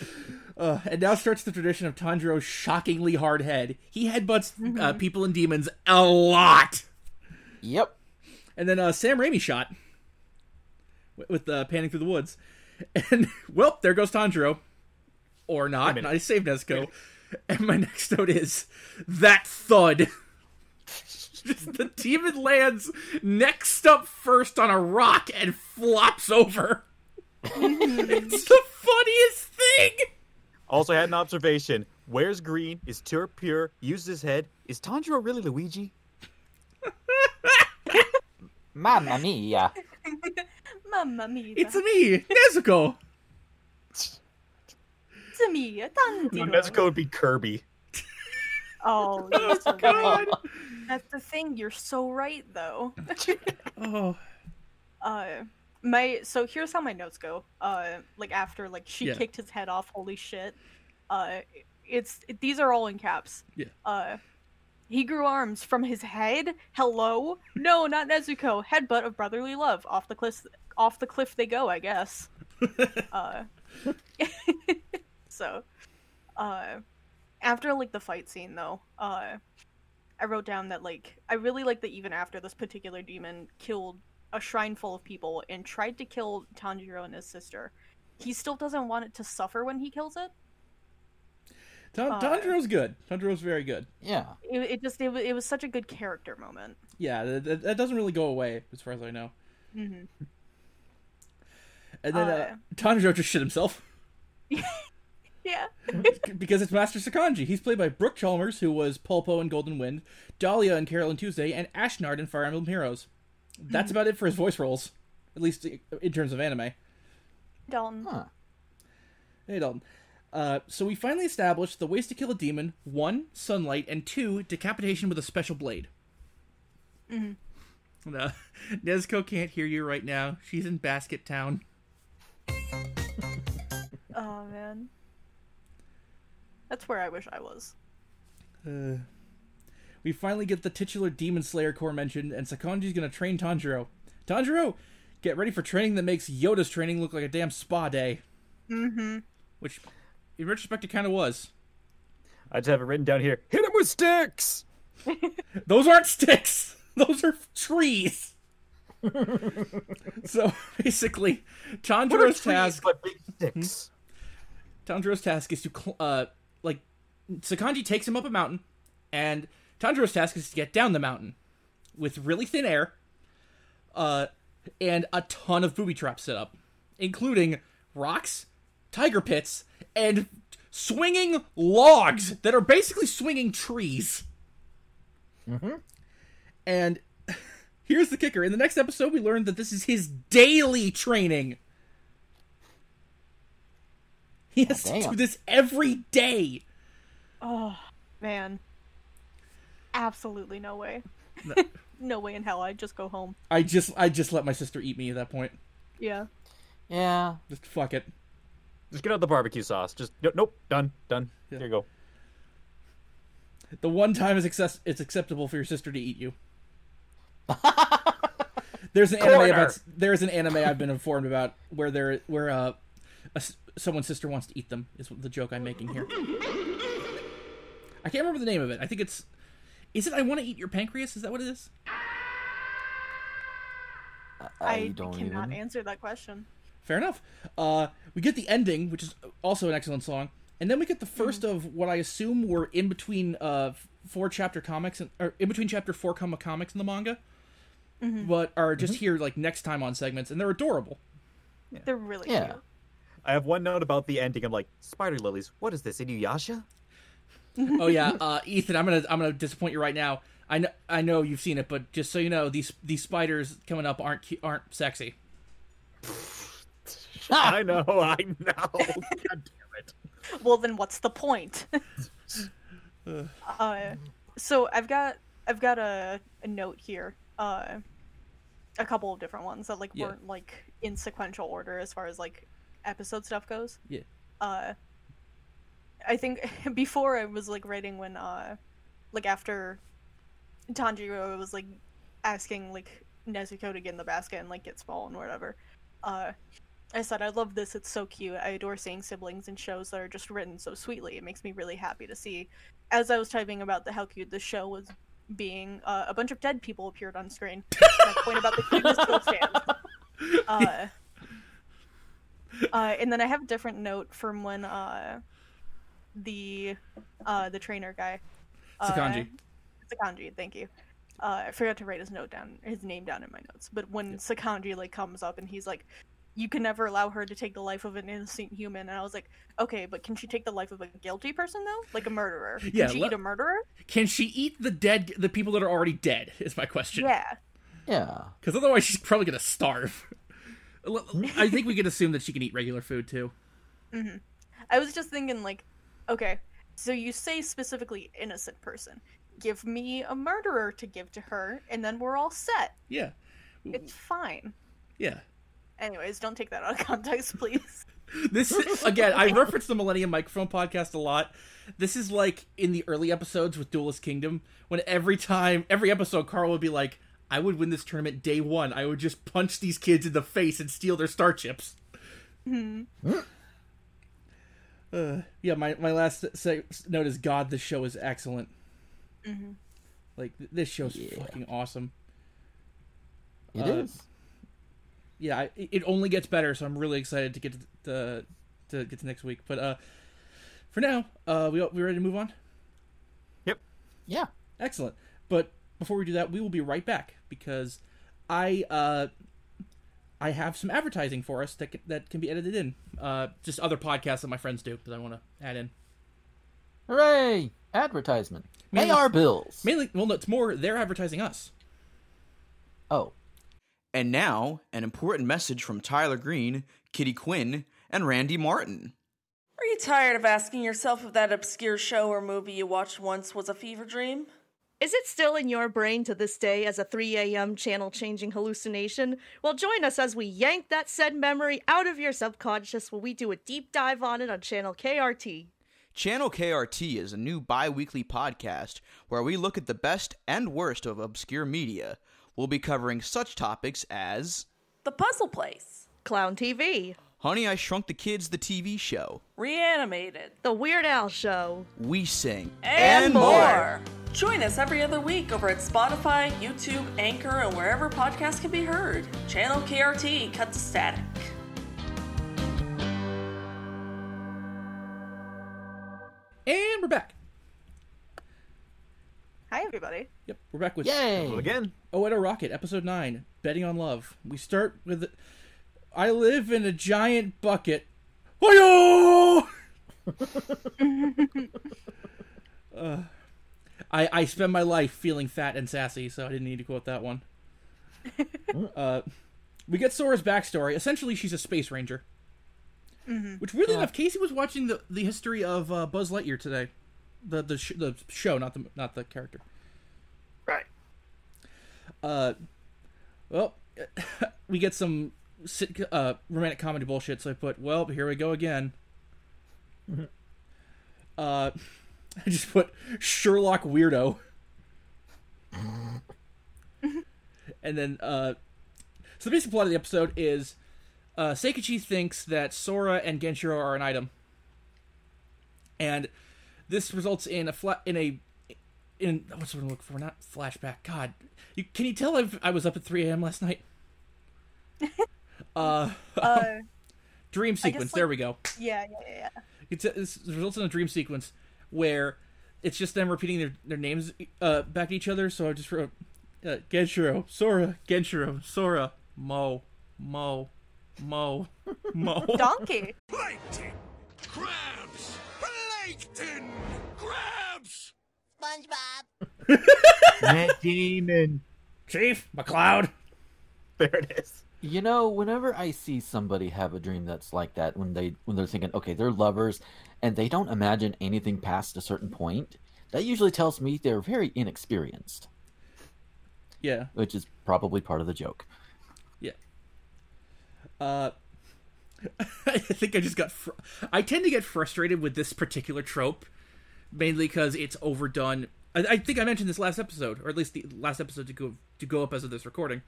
Speaker 1: Uh, and now starts the tradition of Tanjiro's shockingly hard head. He headbutts uh, people and demons a lot.
Speaker 3: Yep.
Speaker 1: And then uh, Sam Raimi shot with, with uh, panning through the woods. And well, there goes Tanjiro, or not.
Speaker 4: minute.
Speaker 1: I saved Nezuko. And my next note is that thud. Just the demon lands next up first on a rock and flops over. it's the funniest thing.
Speaker 4: Also had an observation. Where's green? Is Tyr pure? Uses his head. Is Tanjiro really Luigi?
Speaker 3: Mamma mia.
Speaker 2: Mamma mia,
Speaker 1: It's me, Nezuko.
Speaker 2: it's me,
Speaker 4: No,
Speaker 2: Tanjiro.
Speaker 4: Nezuko would be Kirby.
Speaker 2: Oh, you're so
Speaker 1: God.
Speaker 2: right. that's the thing. You're so right, though.
Speaker 1: Oh,
Speaker 2: Uh, my so here's how my notes go. Uh, like after like she
Speaker 1: Yeah.
Speaker 2: kicked his head off. Holy shit. Uh, it's these are all in caps.
Speaker 1: Yeah.
Speaker 2: Uh, He grew arms from his head. Hello? No, not Nezuko. Headbutt of brotherly love. Off the cliff, off the cliff they go. I guess. uh, so, uh, after like the fight scene though, uh, I wrote down that like I really like that even after this particular demon killed a shrine full of people and tried to kill Tanjiro and his sister, he still doesn't want it to suffer when he kills it.
Speaker 1: Tan-
Speaker 2: Uh,
Speaker 1: Tanjiro's good. Tanjiro's very good.
Speaker 3: Yeah.
Speaker 2: It, it just it, wa- it was such a good character moment.
Speaker 1: Yeah, that, that, that doesn't really go away as far as I know.
Speaker 2: Mhm.
Speaker 1: And then uh,
Speaker 2: Uh,
Speaker 1: Tanjiro just shit himself
Speaker 2: Yeah.
Speaker 1: because it's Master Sakanji. He's played by Brooke Chalmers, who was Pulpo in Golden Wind, Dahlia in Carolyn Tuesday, and Ashnard in Fire Emblem Heroes. That's about it for his voice roles, at least i- in terms of anime.
Speaker 2: Dalton.
Speaker 3: Huh.
Speaker 1: Hey, Dalton. Uh, so we finally established the ways to kill a demon: one, sunlight, and two, decapitation with a special blade. Mm-hmm. No, Nezuko can't hear you right now. She's in Basket Town.
Speaker 2: Oh man. That's where I wish I was.
Speaker 1: Uh, we finally get the titular Demon Slayer Corps mentioned, and Sakonji's gonna train Tanjiro. Tanjiro, get ready for training that makes Yoda's training look like a damn spa day.
Speaker 2: Mm-hmm.
Speaker 1: Which, in retrospect, it kind of was.
Speaker 4: I just have it written down here. Hit him with sticks.
Speaker 1: Those aren't sticks. Those are trees. so basically,
Speaker 4: What are
Speaker 1: Tanjiro's
Speaker 4: trees
Speaker 1: task
Speaker 4: but big sticks?
Speaker 1: Hmm. Tanjiro's task is to cl- uh like Sakanji takes him up a mountain, and Tanjiro's task is to get down the mountain with really thin air, uh, and a ton of booby traps set up, including rocks, tiger pits, and swinging logs that are basically swinging trees. Mm-hmm. And here's the kicker: in the next episode, we learned that this is his daily training. He has to
Speaker 3: damn.
Speaker 1: do this every day.
Speaker 2: Oh man. Absolutely no way.
Speaker 1: No.
Speaker 2: no way in hell. I'd just go home.
Speaker 1: I just I just let my sister eat me at that point.
Speaker 2: Yeah.
Speaker 3: Yeah.
Speaker 1: Just fuck it.
Speaker 4: Just get out the barbecue sauce. Just no- nope. Done. Done.
Speaker 1: Yeah.
Speaker 4: There you go.
Speaker 1: The one time is access- it's acceptable for your sister to eat you. There's an anime
Speaker 4: Corner.
Speaker 1: about there is an anime I've been informed about where there where uh a s someone's sister wants to eat them is the joke I'm making here. I can't remember the name of it. I think it's is it I want to eat your pancreas? Is that what it is?
Speaker 2: I,
Speaker 3: don't
Speaker 2: cannot
Speaker 3: even.
Speaker 2: answer that question.
Speaker 1: Fair enough. Uh, we get the ending, which is also an excellent song, and then we get the first of what I assume were in between uh, f- four chapter comics, and, or in between chapter four comma comics in the manga, but are just here like next time on segments, and they're adorable.
Speaker 2: They're really
Speaker 3: Yeah.
Speaker 2: cute.
Speaker 4: I have one note about the ending. I'm like, spider lilies. What is this, Inuyasha?
Speaker 1: oh yeah, uh, Ethan, I'm gonna I'm gonna disappoint you right now. I know I know you've seen it, but just so you know, these these spiders coming up aren't cu- aren't sexy. Ah!
Speaker 4: I know. I know. God damn it.
Speaker 2: Well, then what's the point? uh, so I've got I've got a, a note here, uh, a couple of different ones that like
Speaker 1: Yeah.
Speaker 2: weren't like in sequential order as far as like episode stuff goes.
Speaker 1: Yeah.
Speaker 2: Uh, I think before I was like writing when uh, like after Tanjiro was like asking like Nezuko to get in the basket and like get small and whatever. Uh, I said, I love this. It's so cute. I adore seeing siblings in shows that are just written so sweetly. It makes me really happy to see. As I was typing about the, how cute the show was being, uh, a bunch of dead people appeared on screen. My point about the cuteness still stands. Uh, uh, and then I have a different note from when uh, the uh, the trainer guy, uh,
Speaker 1: Sakanji.
Speaker 2: Sakanji, thank you. Uh, I forgot to write his note down, his name down in my notes. But when Sakanji like comes up and he's like, "You can never allow her to take the life of an innocent human," and I was like, "Okay, but can she take the life of a guilty person though, like a murderer? Can
Speaker 1: Yeah,
Speaker 2: she
Speaker 1: let-
Speaker 2: eat a murderer?
Speaker 1: Can she eat the dead the people that are already dead? Is my question.
Speaker 2: Yeah,
Speaker 3: Yeah.
Speaker 1: Because otherwise, she's probably going to starve. L- I think we can assume that she can eat regular food too.
Speaker 2: I was just thinking, like, okay, so you say specifically innocent person. Give me a murderer to give to her, and then we're all set.
Speaker 1: Yeah,
Speaker 2: It's fine.
Speaker 1: yeah.
Speaker 2: Anyways, don't take that out of context, please.
Speaker 1: This again, I reference the Millennium Microphone podcast a lot. This is like in the early episodes with Duelist Kingdom, when every time, every episode, Carl would be like, "I would win this tournament day one. I would just punch these kids in the face and steal their star chips."
Speaker 2: Mhm.
Speaker 1: Mm-hmm. Uh, yeah, my my last se- note is God. This show is excellent.
Speaker 2: Mhm.
Speaker 1: Like th- this show's
Speaker 3: Yeah.
Speaker 1: fucking awesome.
Speaker 3: It is.
Speaker 1: Uh, yeah, I- it only gets better, so I'm really excited to get to the to get to next week. But uh, for now, uh, we we ready to move on?
Speaker 3: Yeah.
Speaker 1: Excellent. But before we do that, we will be right back because I uh, I have some advertising for us that can, that can be edited in. Uh, just other podcasts that my friends do that I want to add in.
Speaker 3: Hooray! Advertisement.
Speaker 1: Mainly-
Speaker 3: Pay our bills.
Speaker 1: Mainly, well, no, it's more they're advertising us.
Speaker 3: oh,
Speaker 7: And now, an important message from Tyler Green, Kitty Quinn, and Randy Martin.
Speaker 8: Are you tired of asking yourself if that obscure show or movie you watched once was a fever dream?
Speaker 9: Is it still in your brain to this day as a 3 a.m. channel changing hallucination? Well, join us as we yank that said memory out of your subconscious when we do a deep dive on it on channel KRT.
Speaker 7: Channel KRT is a new bi weekly podcast where we look at the best and worst of obscure media. We'll be covering such topics as
Speaker 8: The Puzzle Place,
Speaker 9: Clown TV,
Speaker 7: Honey, I Shrunk the Kids, the TV show,
Speaker 8: Reanimated,
Speaker 9: The Weird Al Show,
Speaker 7: We Sing,
Speaker 8: Join us every other week over at Spotify, YouTube, Anchor, and wherever podcasts can be heard. Channel KRT cut to static.
Speaker 1: And we're back.
Speaker 2: Hi, everybody.
Speaker 1: Yep, we're back with
Speaker 4: Well,
Speaker 3: yay!
Speaker 4: again,
Speaker 1: Oh, at a Rocket, Episode 9, Betting on Love. We start with I live in a giant bucket. Hoyo! Uh, I, I spend my life feeling fat and sassy, so I didn't need to quote that one. uh, we get Sora's backstory. Essentially, she's a space ranger. Which, weirdly enough, Casey was watching the, the history of uh, Buzz Lightyear today. The the, sh- the show, not the not the character.
Speaker 2: Right.
Speaker 1: Uh, well, we get some sit- uh, romantic comedy bullshit. So I put, well, here we go again. uh, I just put Sherlock weirdo, and then uh, so the basic plot of the episode is uh, Seikichi thinks that Sora and Genshiro are an item, and this results in a fla- in a in what's what I'm looking for? Not flashback. God, you, can you tell I've, I was up at 3 a.m. last night? uh,
Speaker 2: Uh,
Speaker 1: dream
Speaker 2: guess,
Speaker 1: sequence. there
Speaker 2: like-
Speaker 1: we go.
Speaker 2: yeah, yeah, yeah, yeah.
Speaker 1: It's, it's, it results in a dream sequence where it's just them repeating their, their names uh, back to each other. So I just wrote uh, Genshiro, Sora, Genshiro, Sora, Mo, Mo, Mo, Mo.
Speaker 2: Donkey.
Speaker 10: Plankton! Crabs! Plankton! Crabs!
Speaker 5: SpongeBob.
Speaker 4: Matt Damon.
Speaker 1: Chief McCloud.
Speaker 4: There it is.
Speaker 3: You know, whenever I see somebody have a dream that's like that, when they when they're thinking, okay, they're lovers, and they don't imagine anything past a certain point, that usually tells me they're very inexperienced,
Speaker 1: Yeah.
Speaker 3: which is probably part of the joke.
Speaker 1: Uh, I think I just got. Fr- I tend to get frustrated with this particular trope, mainly because it's overdone. I, I think I mentioned this last episode, or at least the last episode to go to go up as of this recording.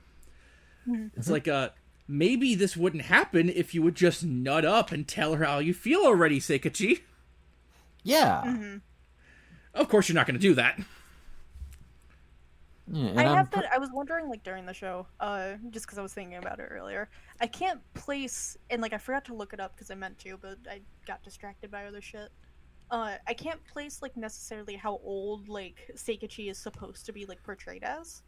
Speaker 1: It's like uh, maybe this wouldn't happen if you would just nut up and tell her how you feel already, Seikichi.
Speaker 3: Yeah,
Speaker 2: Mm-hmm.
Speaker 1: Of course, you're not going to do that.
Speaker 3: Yeah, and
Speaker 2: I
Speaker 3: I'm
Speaker 2: have
Speaker 3: pr-
Speaker 2: been. I was wondering, like during the show, uh, just because I was thinking about it earlier. I can't place, and like I forgot to look it up because I meant to, but I got distracted by other shit. Uh, I can't place like necessarily how old like Seikichi is supposed to be like portrayed as.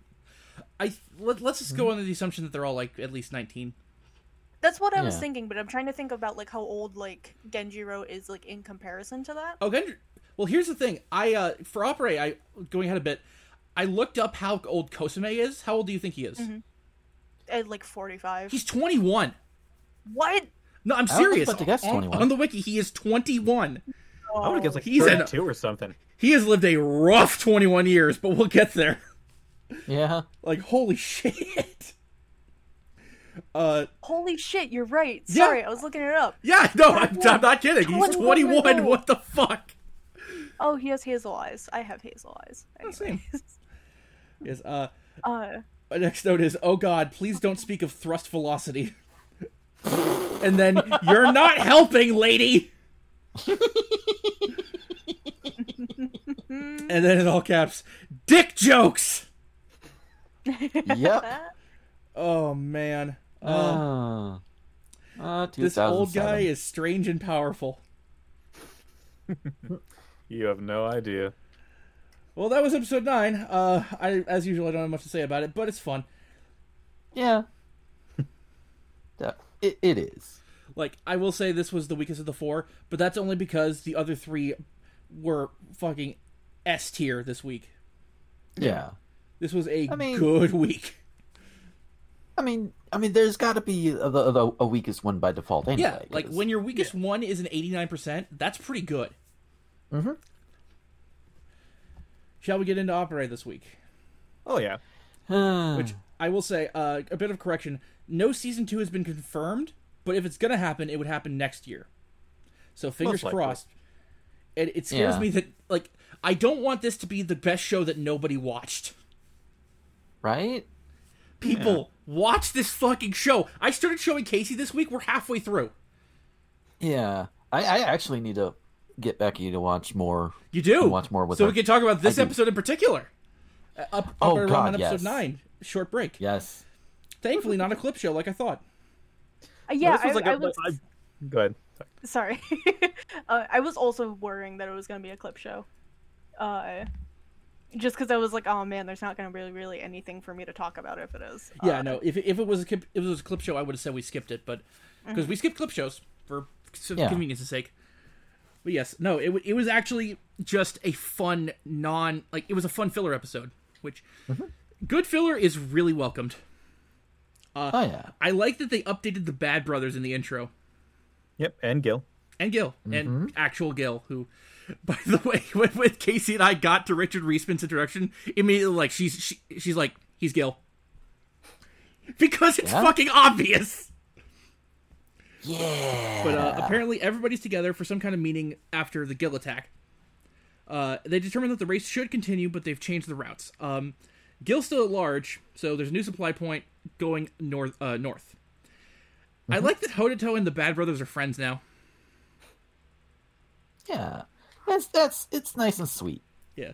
Speaker 1: I let, let's just go under the assumption that they're all like at least 19.
Speaker 2: That's what I was
Speaker 3: Yeah.
Speaker 2: thinking, but I'm trying to think about like how old like Genjiro is like in comparison to that.
Speaker 1: Oh, Gendry. Well, here's the thing. I uh, for operate. I going ahead a bit. I looked up how old Kosume is. How old do you think he is?
Speaker 2: At like 45.
Speaker 1: He's 21.
Speaker 2: What?
Speaker 1: No, I'm
Speaker 3: I was
Speaker 1: serious.
Speaker 3: about to guess
Speaker 1: On-
Speaker 3: 21.
Speaker 1: On the wiki, he is 21.
Speaker 4: I would have guessed
Speaker 2: Oh,
Speaker 4: like
Speaker 1: He's in a-
Speaker 4: 32 or something.
Speaker 1: He has lived a rough 21 years, but we'll get there.
Speaker 3: yeah.
Speaker 1: Like holy shit. Uh,
Speaker 2: Holy shit, you're right.
Speaker 1: Yeah.
Speaker 2: Sorry, I was looking it up.
Speaker 1: yeah, no, I'm, I'm not kidding. He's
Speaker 2: 21 years
Speaker 1: 21.
Speaker 2: old.
Speaker 1: What the fuck?
Speaker 2: Oh, he has hazel eyes. I have hazel eyes.
Speaker 1: same. Yes. Uh,
Speaker 2: Uh,
Speaker 1: my next note is, oh god, please don't speak of thrust velocity. and then you're not helping, lady. and then in all caps, dick jokes.
Speaker 3: Yep.
Speaker 1: Oh man. Uh,
Speaker 3: Ah. Ah,
Speaker 1: this old guy
Speaker 3: 2007.
Speaker 1: is strange and powerful.
Speaker 4: You have no idea.
Speaker 1: Well, that was episode nine. Uh, I, as usual, I don't have much to say about it, but it's fun.
Speaker 3: Yeah. That- it, it is.
Speaker 1: Like, I will say this was the weakest of the four, but that's only because the other three were fucking S tier this week.
Speaker 3: Yeah.
Speaker 1: This was a
Speaker 3: I mean-
Speaker 1: good week.
Speaker 3: I mean, I mean, there's got to be a, the, the a weakest one by default anyway.
Speaker 1: yeah, like
Speaker 3: 'cause-
Speaker 1: when your weakest one is an 89%, that's pretty good.
Speaker 3: Mhm.
Speaker 1: Shall we get into operate this week?
Speaker 4: Oh yeah.
Speaker 1: Which I will say, uh, a bit of correction. No season two has been confirmed, but if it's going to happen, it would happen next year. So fingers
Speaker 4: likely.
Speaker 1: crossed. It, it scares
Speaker 3: Yeah.
Speaker 1: me that, like, I don't want this to be the best show that nobody watched.
Speaker 3: right?
Speaker 1: People, watch this fucking show. I started showing Casey this week. We're halfway through.
Speaker 3: Yeah, I, I actually need to get Becky to watch more.
Speaker 1: You do.
Speaker 3: and watch more with
Speaker 1: so
Speaker 3: her.
Speaker 1: we can talk about this
Speaker 3: I do.
Speaker 1: episode in particular. Uh, Up, up
Speaker 3: Oh,
Speaker 1: around
Speaker 3: God,
Speaker 1: episode
Speaker 3: yes.
Speaker 1: nine. Short break.
Speaker 3: Yes.
Speaker 1: Thankfully, not a clip show like I thought.
Speaker 2: uh, yeah,
Speaker 4: this
Speaker 2: I,
Speaker 4: was like
Speaker 2: I
Speaker 4: a-
Speaker 2: was.
Speaker 4: I- Go ahead.
Speaker 2: Sorry, uh, I was also worrying that it was gonna be a clip show, uh, just because I was like, oh man, there's not gonna really, really anything for me to talk about if it is.
Speaker 1: Yeah,
Speaker 2: Uh,
Speaker 1: no. If, if it was a clip, if it was a clip show, I would have said we skipped it, but because we skipped clip shows for s-
Speaker 3: Yeah.
Speaker 1: convenience's sake. But yes, no. It wa- it was actually just a fun non like it was a fun filler episode, which
Speaker 3: Mm-hmm.
Speaker 1: good filler is really welcomed.
Speaker 3: oh yeah.
Speaker 1: I like that they updated the Bad Brothers in the intro.
Speaker 4: Yep, and Gil.
Speaker 1: and Gil
Speaker 3: Mm-hmm.
Speaker 1: and actual Gil, who, by the way, when, when Casey and I got to Richard Reisman's introduction, immediately like she's she, she's like he's Gil because it's
Speaker 3: Yeah.
Speaker 1: fucking obvious.
Speaker 3: Yeah.
Speaker 1: But uh, apparently, everybody's together for some kind of meeting after the Gil attack. Uh, they determined that the race should continue, but they've changed the routes. Um, Gil's still at large, so there's a new supply point going north. Uh, north. I
Speaker 3: Mm-hmm.
Speaker 1: like that Hodato and the Bad Brothers are friends now.
Speaker 3: yeah. That's that's it's nice and sweet.
Speaker 1: Yeah.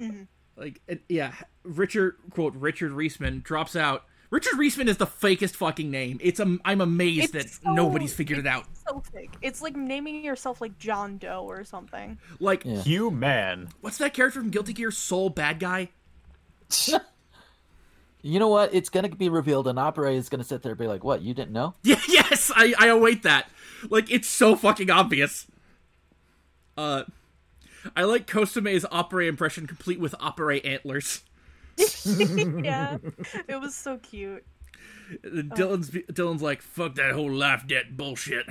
Speaker 2: Mm-hmm.
Speaker 1: Like, it, yeah, Richard, quote, Richard Reisman drops out. Richard Reisman is the fakest fucking name. It's um, I'm amazed that
Speaker 2: It's so-
Speaker 1: nobody's figured it out.
Speaker 2: So fake. It's like naming yourself like John Doe or something.
Speaker 1: Like,
Speaker 3: Yeah.
Speaker 4: Hugh Man.
Speaker 1: what's that character from Guilty Gear? Soul bad guy.
Speaker 3: You know what? It's gonna be revealed, and Opera is gonna sit there and be like, "What? You didn't know?"
Speaker 1: Yeah, yes, I, I await that. Like, it's so fucking obvious. Uh, I like Kosume's opera impression, complete with opera antlers.
Speaker 2: yeah, it was so cute. Oh.
Speaker 1: And Dylan's Dylan's like, fuck that whole life debt bullshit.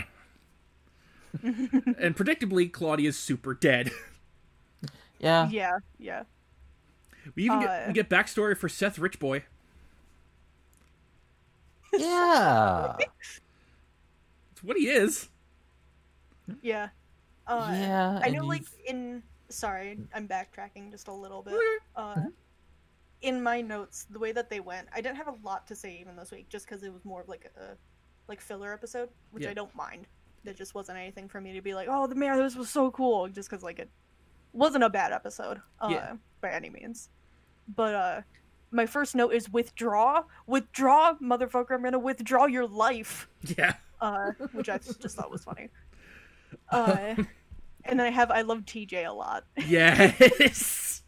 Speaker 1: and predictably, Claudia's super dead.
Speaker 3: Yeah.
Speaker 2: Yeah, yeah.
Speaker 1: We even get,
Speaker 2: Uh,
Speaker 1: we get backstory for Seth Richboy.
Speaker 3: Yeah.
Speaker 1: It's what he is.
Speaker 2: Yeah. Uh,
Speaker 3: Yeah,
Speaker 2: I
Speaker 3: and
Speaker 2: know,
Speaker 3: you've-
Speaker 2: like, in. Sorry, I'm backtracking just a little bit. Uh, in my notes, the way that they went, I didn't have a lot to say even this week, just because it was more of like a like filler episode, which
Speaker 1: Yeah.
Speaker 2: I don't mind. There just wasn't anything for me to be like, oh, the mayor, this was so cool, just because like it wasn't a bad episode uh,
Speaker 1: Yeah.
Speaker 2: by any means. But uh, my first note is withdraw, withdraw, motherfucker! I'm gonna withdraw your life
Speaker 1: Yeah.
Speaker 2: uh, which I just thought was funny. Uh, and then I have I love TJ a lot.
Speaker 1: Yes.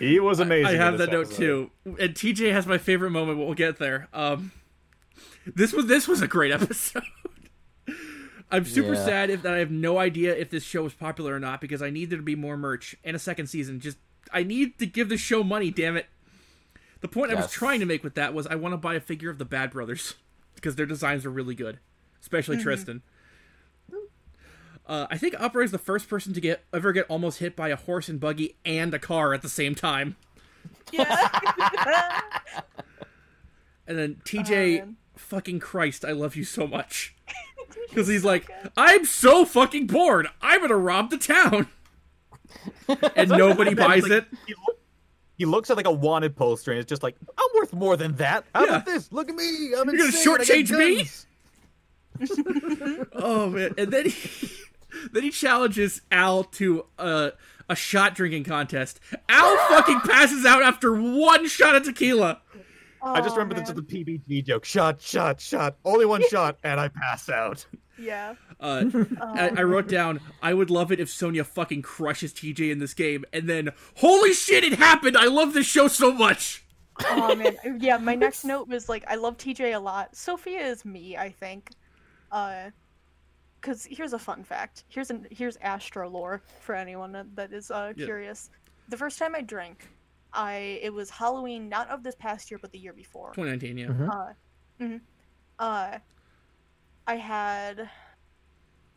Speaker 4: He was amazing.
Speaker 1: I
Speaker 4: in
Speaker 1: have
Speaker 4: this
Speaker 1: that note
Speaker 4: episode.
Speaker 1: too. And TJ has my favorite moment, but we'll get there. Um This was this was a great episode. I'm super
Speaker 3: Yeah.
Speaker 1: sad if that I have no idea if this show was popular or not because I need there to be more merch and a second season. Just I need to give the show money, damn it. The point I was
Speaker 3: Yes.
Speaker 1: trying to make with that was I want to buy a figure of the Bad Brothers because their designs were really good, especially Tristan. Uh, I think Opera is the first person to get ever get almost hit by a horse and buggy and a car at the same time.
Speaker 2: Yeah.
Speaker 1: And then TJ
Speaker 2: Um.
Speaker 1: fucking Christ, I love you so much. Because he's like, I'm so fucking bored. I'm gonna rob the town, and nobody
Speaker 4: And then
Speaker 1: buys
Speaker 4: it's
Speaker 1: it.
Speaker 4: like- He, look- he looks at like a wanted poster and it's just like, I'm worth more than that. How about this? Look at me. I'm
Speaker 1: You're gonna
Speaker 4: insane. I got
Speaker 1: shortchange me?
Speaker 4: guns."
Speaker 1: Oh man! And then he, then he challenges Al to a a shot drinking contest. Al fucking passes out after one shot of tequila.
Speaker 4: I just
Speaker 2: Aw,
Speaker 4: remember
Speaker 3: Oh,
Speaker 4: this is
Speaker 2: man.
Speaker 4: the PBG joke. Shot, shot, shot. Only one shot, and I pass out.
Speaker 2: Yeah.
Speaker 1: Uh, I, I wrote down, I would love it if Sonya fucking crushes TJ in this game, and then, holy shit, it happened! I love this show so much!
Speaker 2: Oh man. Yeah. My next note was like, I love TJ a lot. Sophia is me, I think. Uh, because here's a fun fact. Here's an here's Astro lore for anyone that- that is uh
Speaker 1: Yeah.
Speaker 2: curious. The first time I drank, I it was Halloween, not of this past year, but the year before.
Speaker 1: 2019, yeah.
Speaker 2: Uh, mhm. uh, I had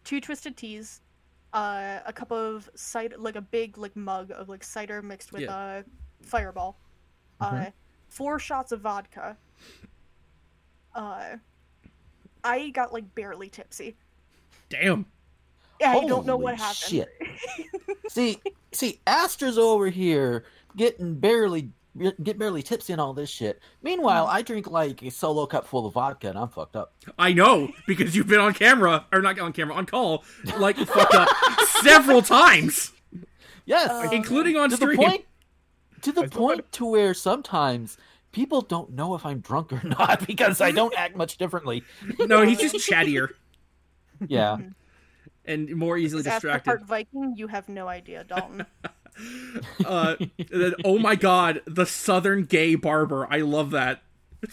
Speaker 2: two twisted teas, uh, a cup of cider, like a big like mug of like cider mixed with
Speaker 1: Yeah.
Speaker 2: uh, Fireball,
Speaker 3: Mm-hmm.
Speaker 2: uh, four shots of vodka. Uh, I got like barely tipsy.
Speaker 1: Damn.
Speaker 2: I don't know what
Speaker 3: Holy
Speaker 2: happened.
Speaker 3: Shit. see, see, Aster's over here getting barely get barely tipsy and all this shit. Meanwhile,
Speaker 2: Mm-hmm.
Speaker 3: I drink like a solo cup full of vodka and I'm fucked up.
Speaker 1: I know, because you've been on camera, or not on camera, on call, like, fucked up several times,
Speaker 3: Yes,
Speaker 1: including on
Speaker 3: to the
Speaker 1: stream.
Speaker 3: point to the
Speaker 4: I still
Speaker 3: point to where sometimes people don't know if I'm drunk or not because I don't act much differently.
Speaker 1: No, he's just chattier
Speaker 3: Yeah,
Speaker 1: and more easily
Speaker 2: After
Speaker 1: distracted.
Speaker 2: Heart Viking, you have no idea, Dalton.
Speaker 1: Uh, and then, oh my god, the southern gay barber. I love that.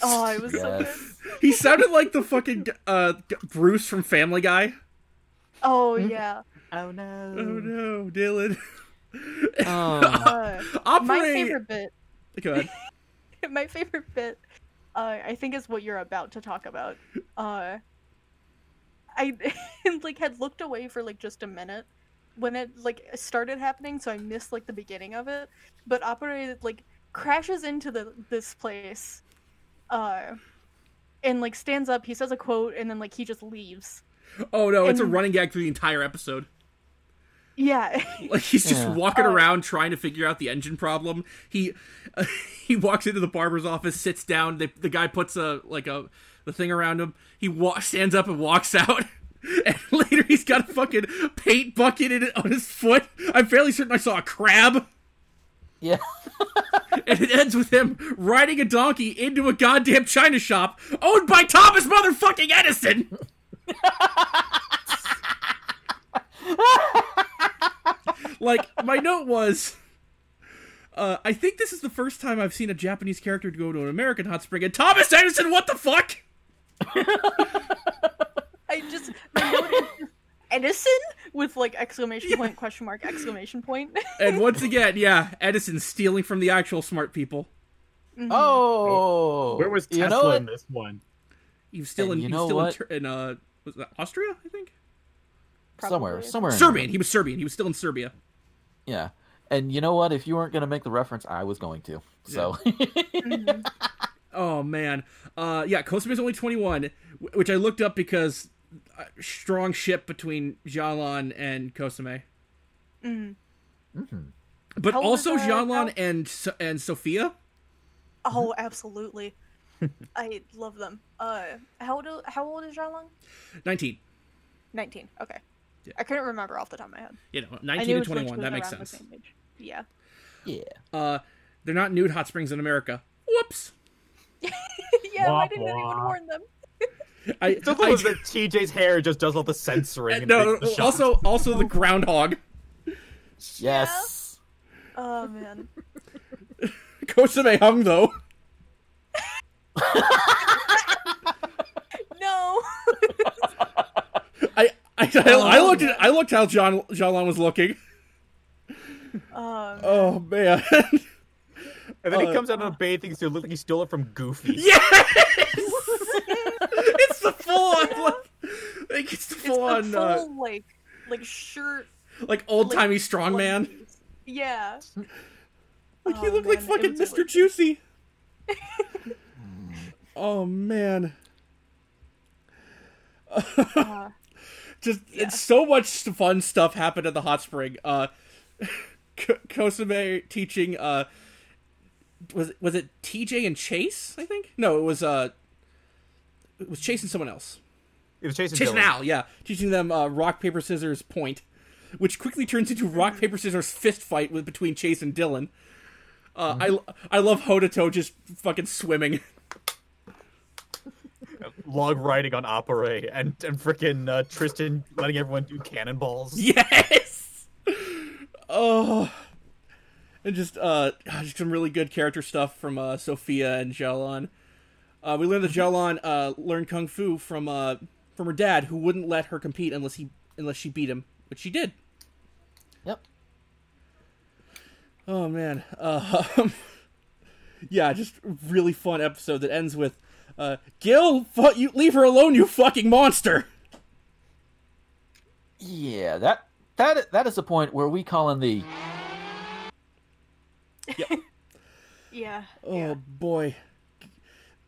Speaker 2: oh, it was so good.
Speaker 3: yes.
Speaker 1: He sounded like the fucking uh, Bruce from Family Guy.
Speaker 2: Oh yeah.
Speaker 3: Oh
Speaker 1: Oh
Speaker 2: Mm.
Speaker 3: no.
Speaker 1: no, Dylan.
Speaker 3: Oh.
Speaker 2: Uh,
Speaker 1: Operate.
Speaker 2: my favorite bit
Speaker 1: Go ahead.
Speaker 2: my favorite bit uh, i think is what you're about to talk about uh, i like had looked away for like just a minute when it like started happening so i missed like the beginning of it but operated like crashes into the this place uh and like stands up he says a quote and then like he just leaves
Speaker 1: Oh no, it's a
Speaker 2: And-
Speaker 1: running gag through the entire episode.
Speaker 2: yeah
Speaker 1: Like he's just
Speaker 3: Yeah.
Speaker 1: walking
Speaker 2: Oh.
Speaker 1: around trying to figure out the engine problem. He he walks into the barber's office, sits down. They, the guy puts a like a the thing around him. He wa- stands up and walks out. And later he's got a fucking paint bucket in on his foot. I'm fairly certain I saw a crab.
Speaker 3: Yeah.
Speaker 1: and it ends with him riding a donkey into a goddamn china shop owned by Thomas motherfucking Edison. like my note was uh, I think this is the first time I've seen a Japanese character go to an American hot spring and Thomas Edison, what the fuck?
Speaker 2: i just my note is just, edison with like exclamation point question mark exclamation point
Speaker 1: And once again, yeah, Edison stealing from the actual smart people.
Speaker 3: Oh.
Speaker 4: Where was Tesla
Speaker 3: you know what?
Speaker 4: in this one?
Speaker 1: He was still in
Speaker 3: And you
Speaker 1: he was
Speaker 3: know
Speaker 1: still
Speaker 3: what?
Speaker 1: in, Tur- in uh was that Austria, I think?
Speaker 3: Somewhere,
Speaker 2: Probably.
Speaker 3: somewhere. in-
Speaker 1: Serbian. He was Serbian. He was still in Serbia.
Speaker 3: Yeah. And you know what? If you weren't going to make the reference, I was going to. So,
Speaker 1: Oh man, uh, yeah, Kosume's only twenty one, which I looked up because uh, strong ship between Jialan and Kosume,
Speaker 2: Mhm.
Speaker 1: but
Speaker 2: How old
Speaker 1: also
Speaker 2: is, uh,
Speaker 1: Jialan
Speaker 2: how-
Speaker 1: and So- and Sophia. Mm-hmm.
Speaker 2: Oh, absolutely. I love them. Uh, how old? How old is Xiaolong?
Speaker 1: Nineteen,
Speaker 2: Nineteen. Okay. I couldn't remember off the top of my head.
Speaker 1: you know,
Speaker 2: I
Speaker 1: nineteen
Speaker 2: knew
Speaker 1: to
Speaker 2: it was
Speaker 1: twenty one. That
Speaker 2: around
Speaker 1: makes
Speaker 2: the
Speaker 1: sense.
Speaker 2: same age. Yeah.
Speaker 3: yeah.
Speaker 1: Uh, they're not nude hot springs in America. Whoops.
Speaker 2: yeah. why
Speaker 4: Womp
Speaker 2: didn't anyone
Speaker 4: womp.
Speaker 2: warn them?
Speaker 1: I,
Speaker 4: The
Speaker 1: I-
Speaker 4: cool is that TJ's hair just does all the censoring. and
Speaker 1: no,
Speaker 4: makes the shot.
Speaker 1: also also the groundhog.
Speaker 3: Yes.
Speaker 2: Oh man.
Speaker 1: Kosume hung though.
Speaker 2: No.
Speaker 1: I I,
Speaker 2: Oh,
Speaker 1: I, I looked at, I looked how John Jialan was looking.
Speaker 2: Um,
Speaker 1: Oh man.
Speaker 4: and then
Speaker 1: uh,
Speaker 4: he comes out in a bathing suit, look like he stole it from Goofy.
Speaker 1: Yes! it's the full on like, like it's the
Speaker 2: it's
Speaker 1: full
Speaker 2: the
Speaker 1: on
Speaker 2: full
Speaker 1: uh,
Speaker 2: like like shirt.
Speaker 1: like old timey
Speaker 2: like,
Speaker 1: strongman.
Speaker 2: onesie. Yeah.
Speaker 1: Like he
Speaker 2: Oh,
Speaker 1: looked like
Speaker 2: man, it
Speaker 1: fucking
Speaker 2: was
Speaker 1: Mr. Juicy. oh man. Uh-huh. Just it's so much fun stuff happened at the hot spring. Uh, K- Kosume teaching. Uh, was was it TJ and Chase? I think no, it was uh, it was Chase and someone else.
Speaker 4: It was Chase and
Speaker 1: Chase and
Speaker 4: Dylan.
Speaker 1: Al, yeah, teaching them uh, rock paper scissors point, which quickly turns into rock paper scissors fist fight with between Chase and Dylan. Uh, I I love Hodato just fucking swimming.
Speaker 4: log riding on Opera and and freaking uh, Tristan letting everyone do cannonballs.
Speaker 1: Yes. Oh, and just uh, God, just some really good character stuff from uh, Sophia and Jalon. Uh, we learned that Jalon uh, learned kung fu from uh, from her dad, who wouldn't let her compete unless he unless she beat him, which she did.
Speaker 3: Yep.
Speaker 1: Oh man. Uh, yeah, just really fun episode that ends with uh, Gil, fu- you leave her alone, you fucking monster.
Speaker 3: Yeah, that that that is the point where we call in the
Speaker 2: Yeah.
Speaker 1: Oh boy,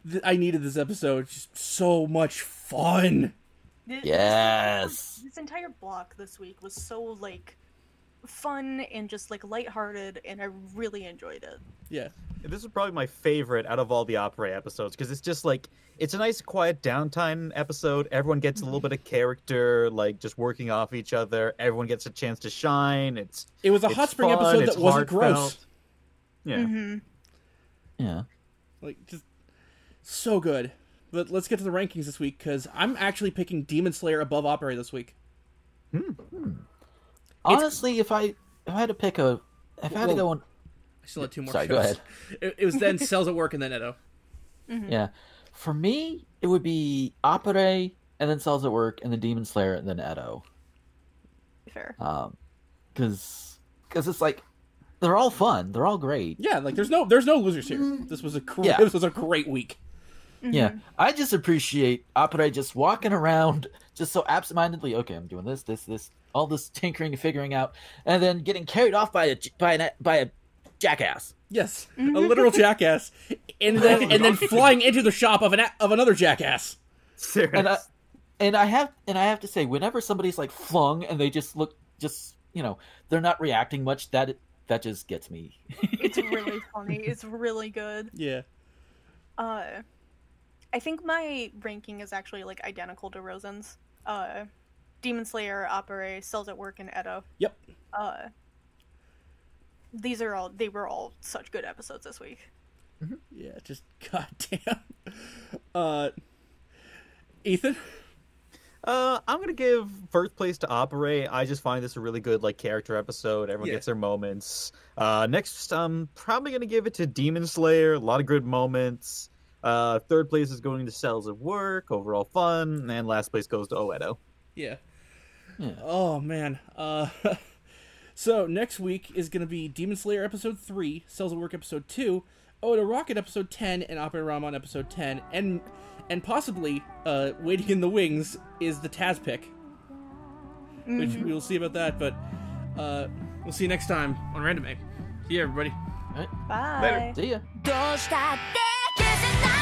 Speaker 1: Th- I needed this episode. It's just so much fun.
Speaker 2: Th-
Speaker 1: Yes.
Speaker 2: This entire block this week was so like fun and just like lighthearted, and I really enjoyed it.
Speaker 1: Yeah.
Speaker 4: This is probably my favorite out of all the opera episodes because it's just like it's a nice quiet downtime episode. Everyone gets a little
Speaker 1: Mm-hmm.
Speaker 4: bit of character, like just working off each other. Everyone gets a chance to shine. It's
Speaker 1: It was a
Speaker 4: it's
Speaker 1: hot spring
Speaker 4: fun,
Speaker 1: episode
Speaker 4: it's
Speaker 1: that wasn't gross. Mm-hmm.
Speaker 4: heartfelt. Yeah.
Speaker 3: Yeah.
Speaker 1: Like just so good. But let's get to the rankings this week because I'm actually picking Demon Slayer above Opera this week.
Speaker 3: honestly, if I if I had to pick a if I had to
Speaker 1: Well,
Speaker 3: go on
Speaker 1: I still had two more.
Speaker 3: Sorry,
Speaker 1: shows.
Speaker 3: go ahead.
Speaker 1: It, it was then Cells at Work and then Edo.
Speaker 3: yeah, for me it would be Opera and then Cells at Work and then Demon Slayer and then Edo.
Speaker 2: Fair.
Speaker 3: Um, because it's like they're all fun, they're all great.
Speaker 1: Yeah, like there's no there's no losers here. This was a cr-
Speaker 3: Yeah.
Speaker 1: this was a great week.
Speaker 3: Yeah, I just appreciate Opera just walking around, just so absentmindedly. Okay, I'm doing this, this, this, all this tinkering and figuring out, and then getting carried off by a j- by an, by a jackass.
Speaker 1: Yes, a literal jackass, and then and then flying into the shop of an a- of another jackass.
Speaker 4: Serious.
Speaker 3: And I, and I have and I have to say, whenever somebody's like flung and they just look just you know they're not reacting much, that that just gets me.
Speaker 2: It's really funny. It's really good.
Speaker 1: Yeah.
Speaker 2: Uh, I think my ranking is actually like identical to Rosen's. Uh, Demon Slayer, Opera, Cells at Work, and Edo.
Speaker 1: Yep.
Speaker 2: Uh, these are all. They were all such good episodes this week.
Speaker 1: Yeah, just goddamn. Uh, Ethan,
Speaker 4: Uh, I'm gonna give Birthplace to Opera. I just find this a really good like character episode. Everyone
Speaker 1: Yeah.
Speaker 4: gets their moments. Uh, next, I'm probably gonna give it to Demon Slayer. A lot of good moments. Uh, third place is going to Cells of Work. Overall fun, and last place goes to Oedo.
Speaker 1: yeah.
Speaker 3: Yeah.
Speaker 1: Oh man. Uh, so next week is gonna be Demon Slayer episode three, Cells of Work episode two, Oda Rocket episode ten, and Opera Ramon episode ten, and and possibly uh, waiting in the wings is the Taz pick, which we will see about that. But uh, we'll see you next time on Random Ape. See you everybody.
Speaker 3: All right,
Speaker 2: Bye.
Speaker 3: see ya.
Speaker 5: どうしたって消せない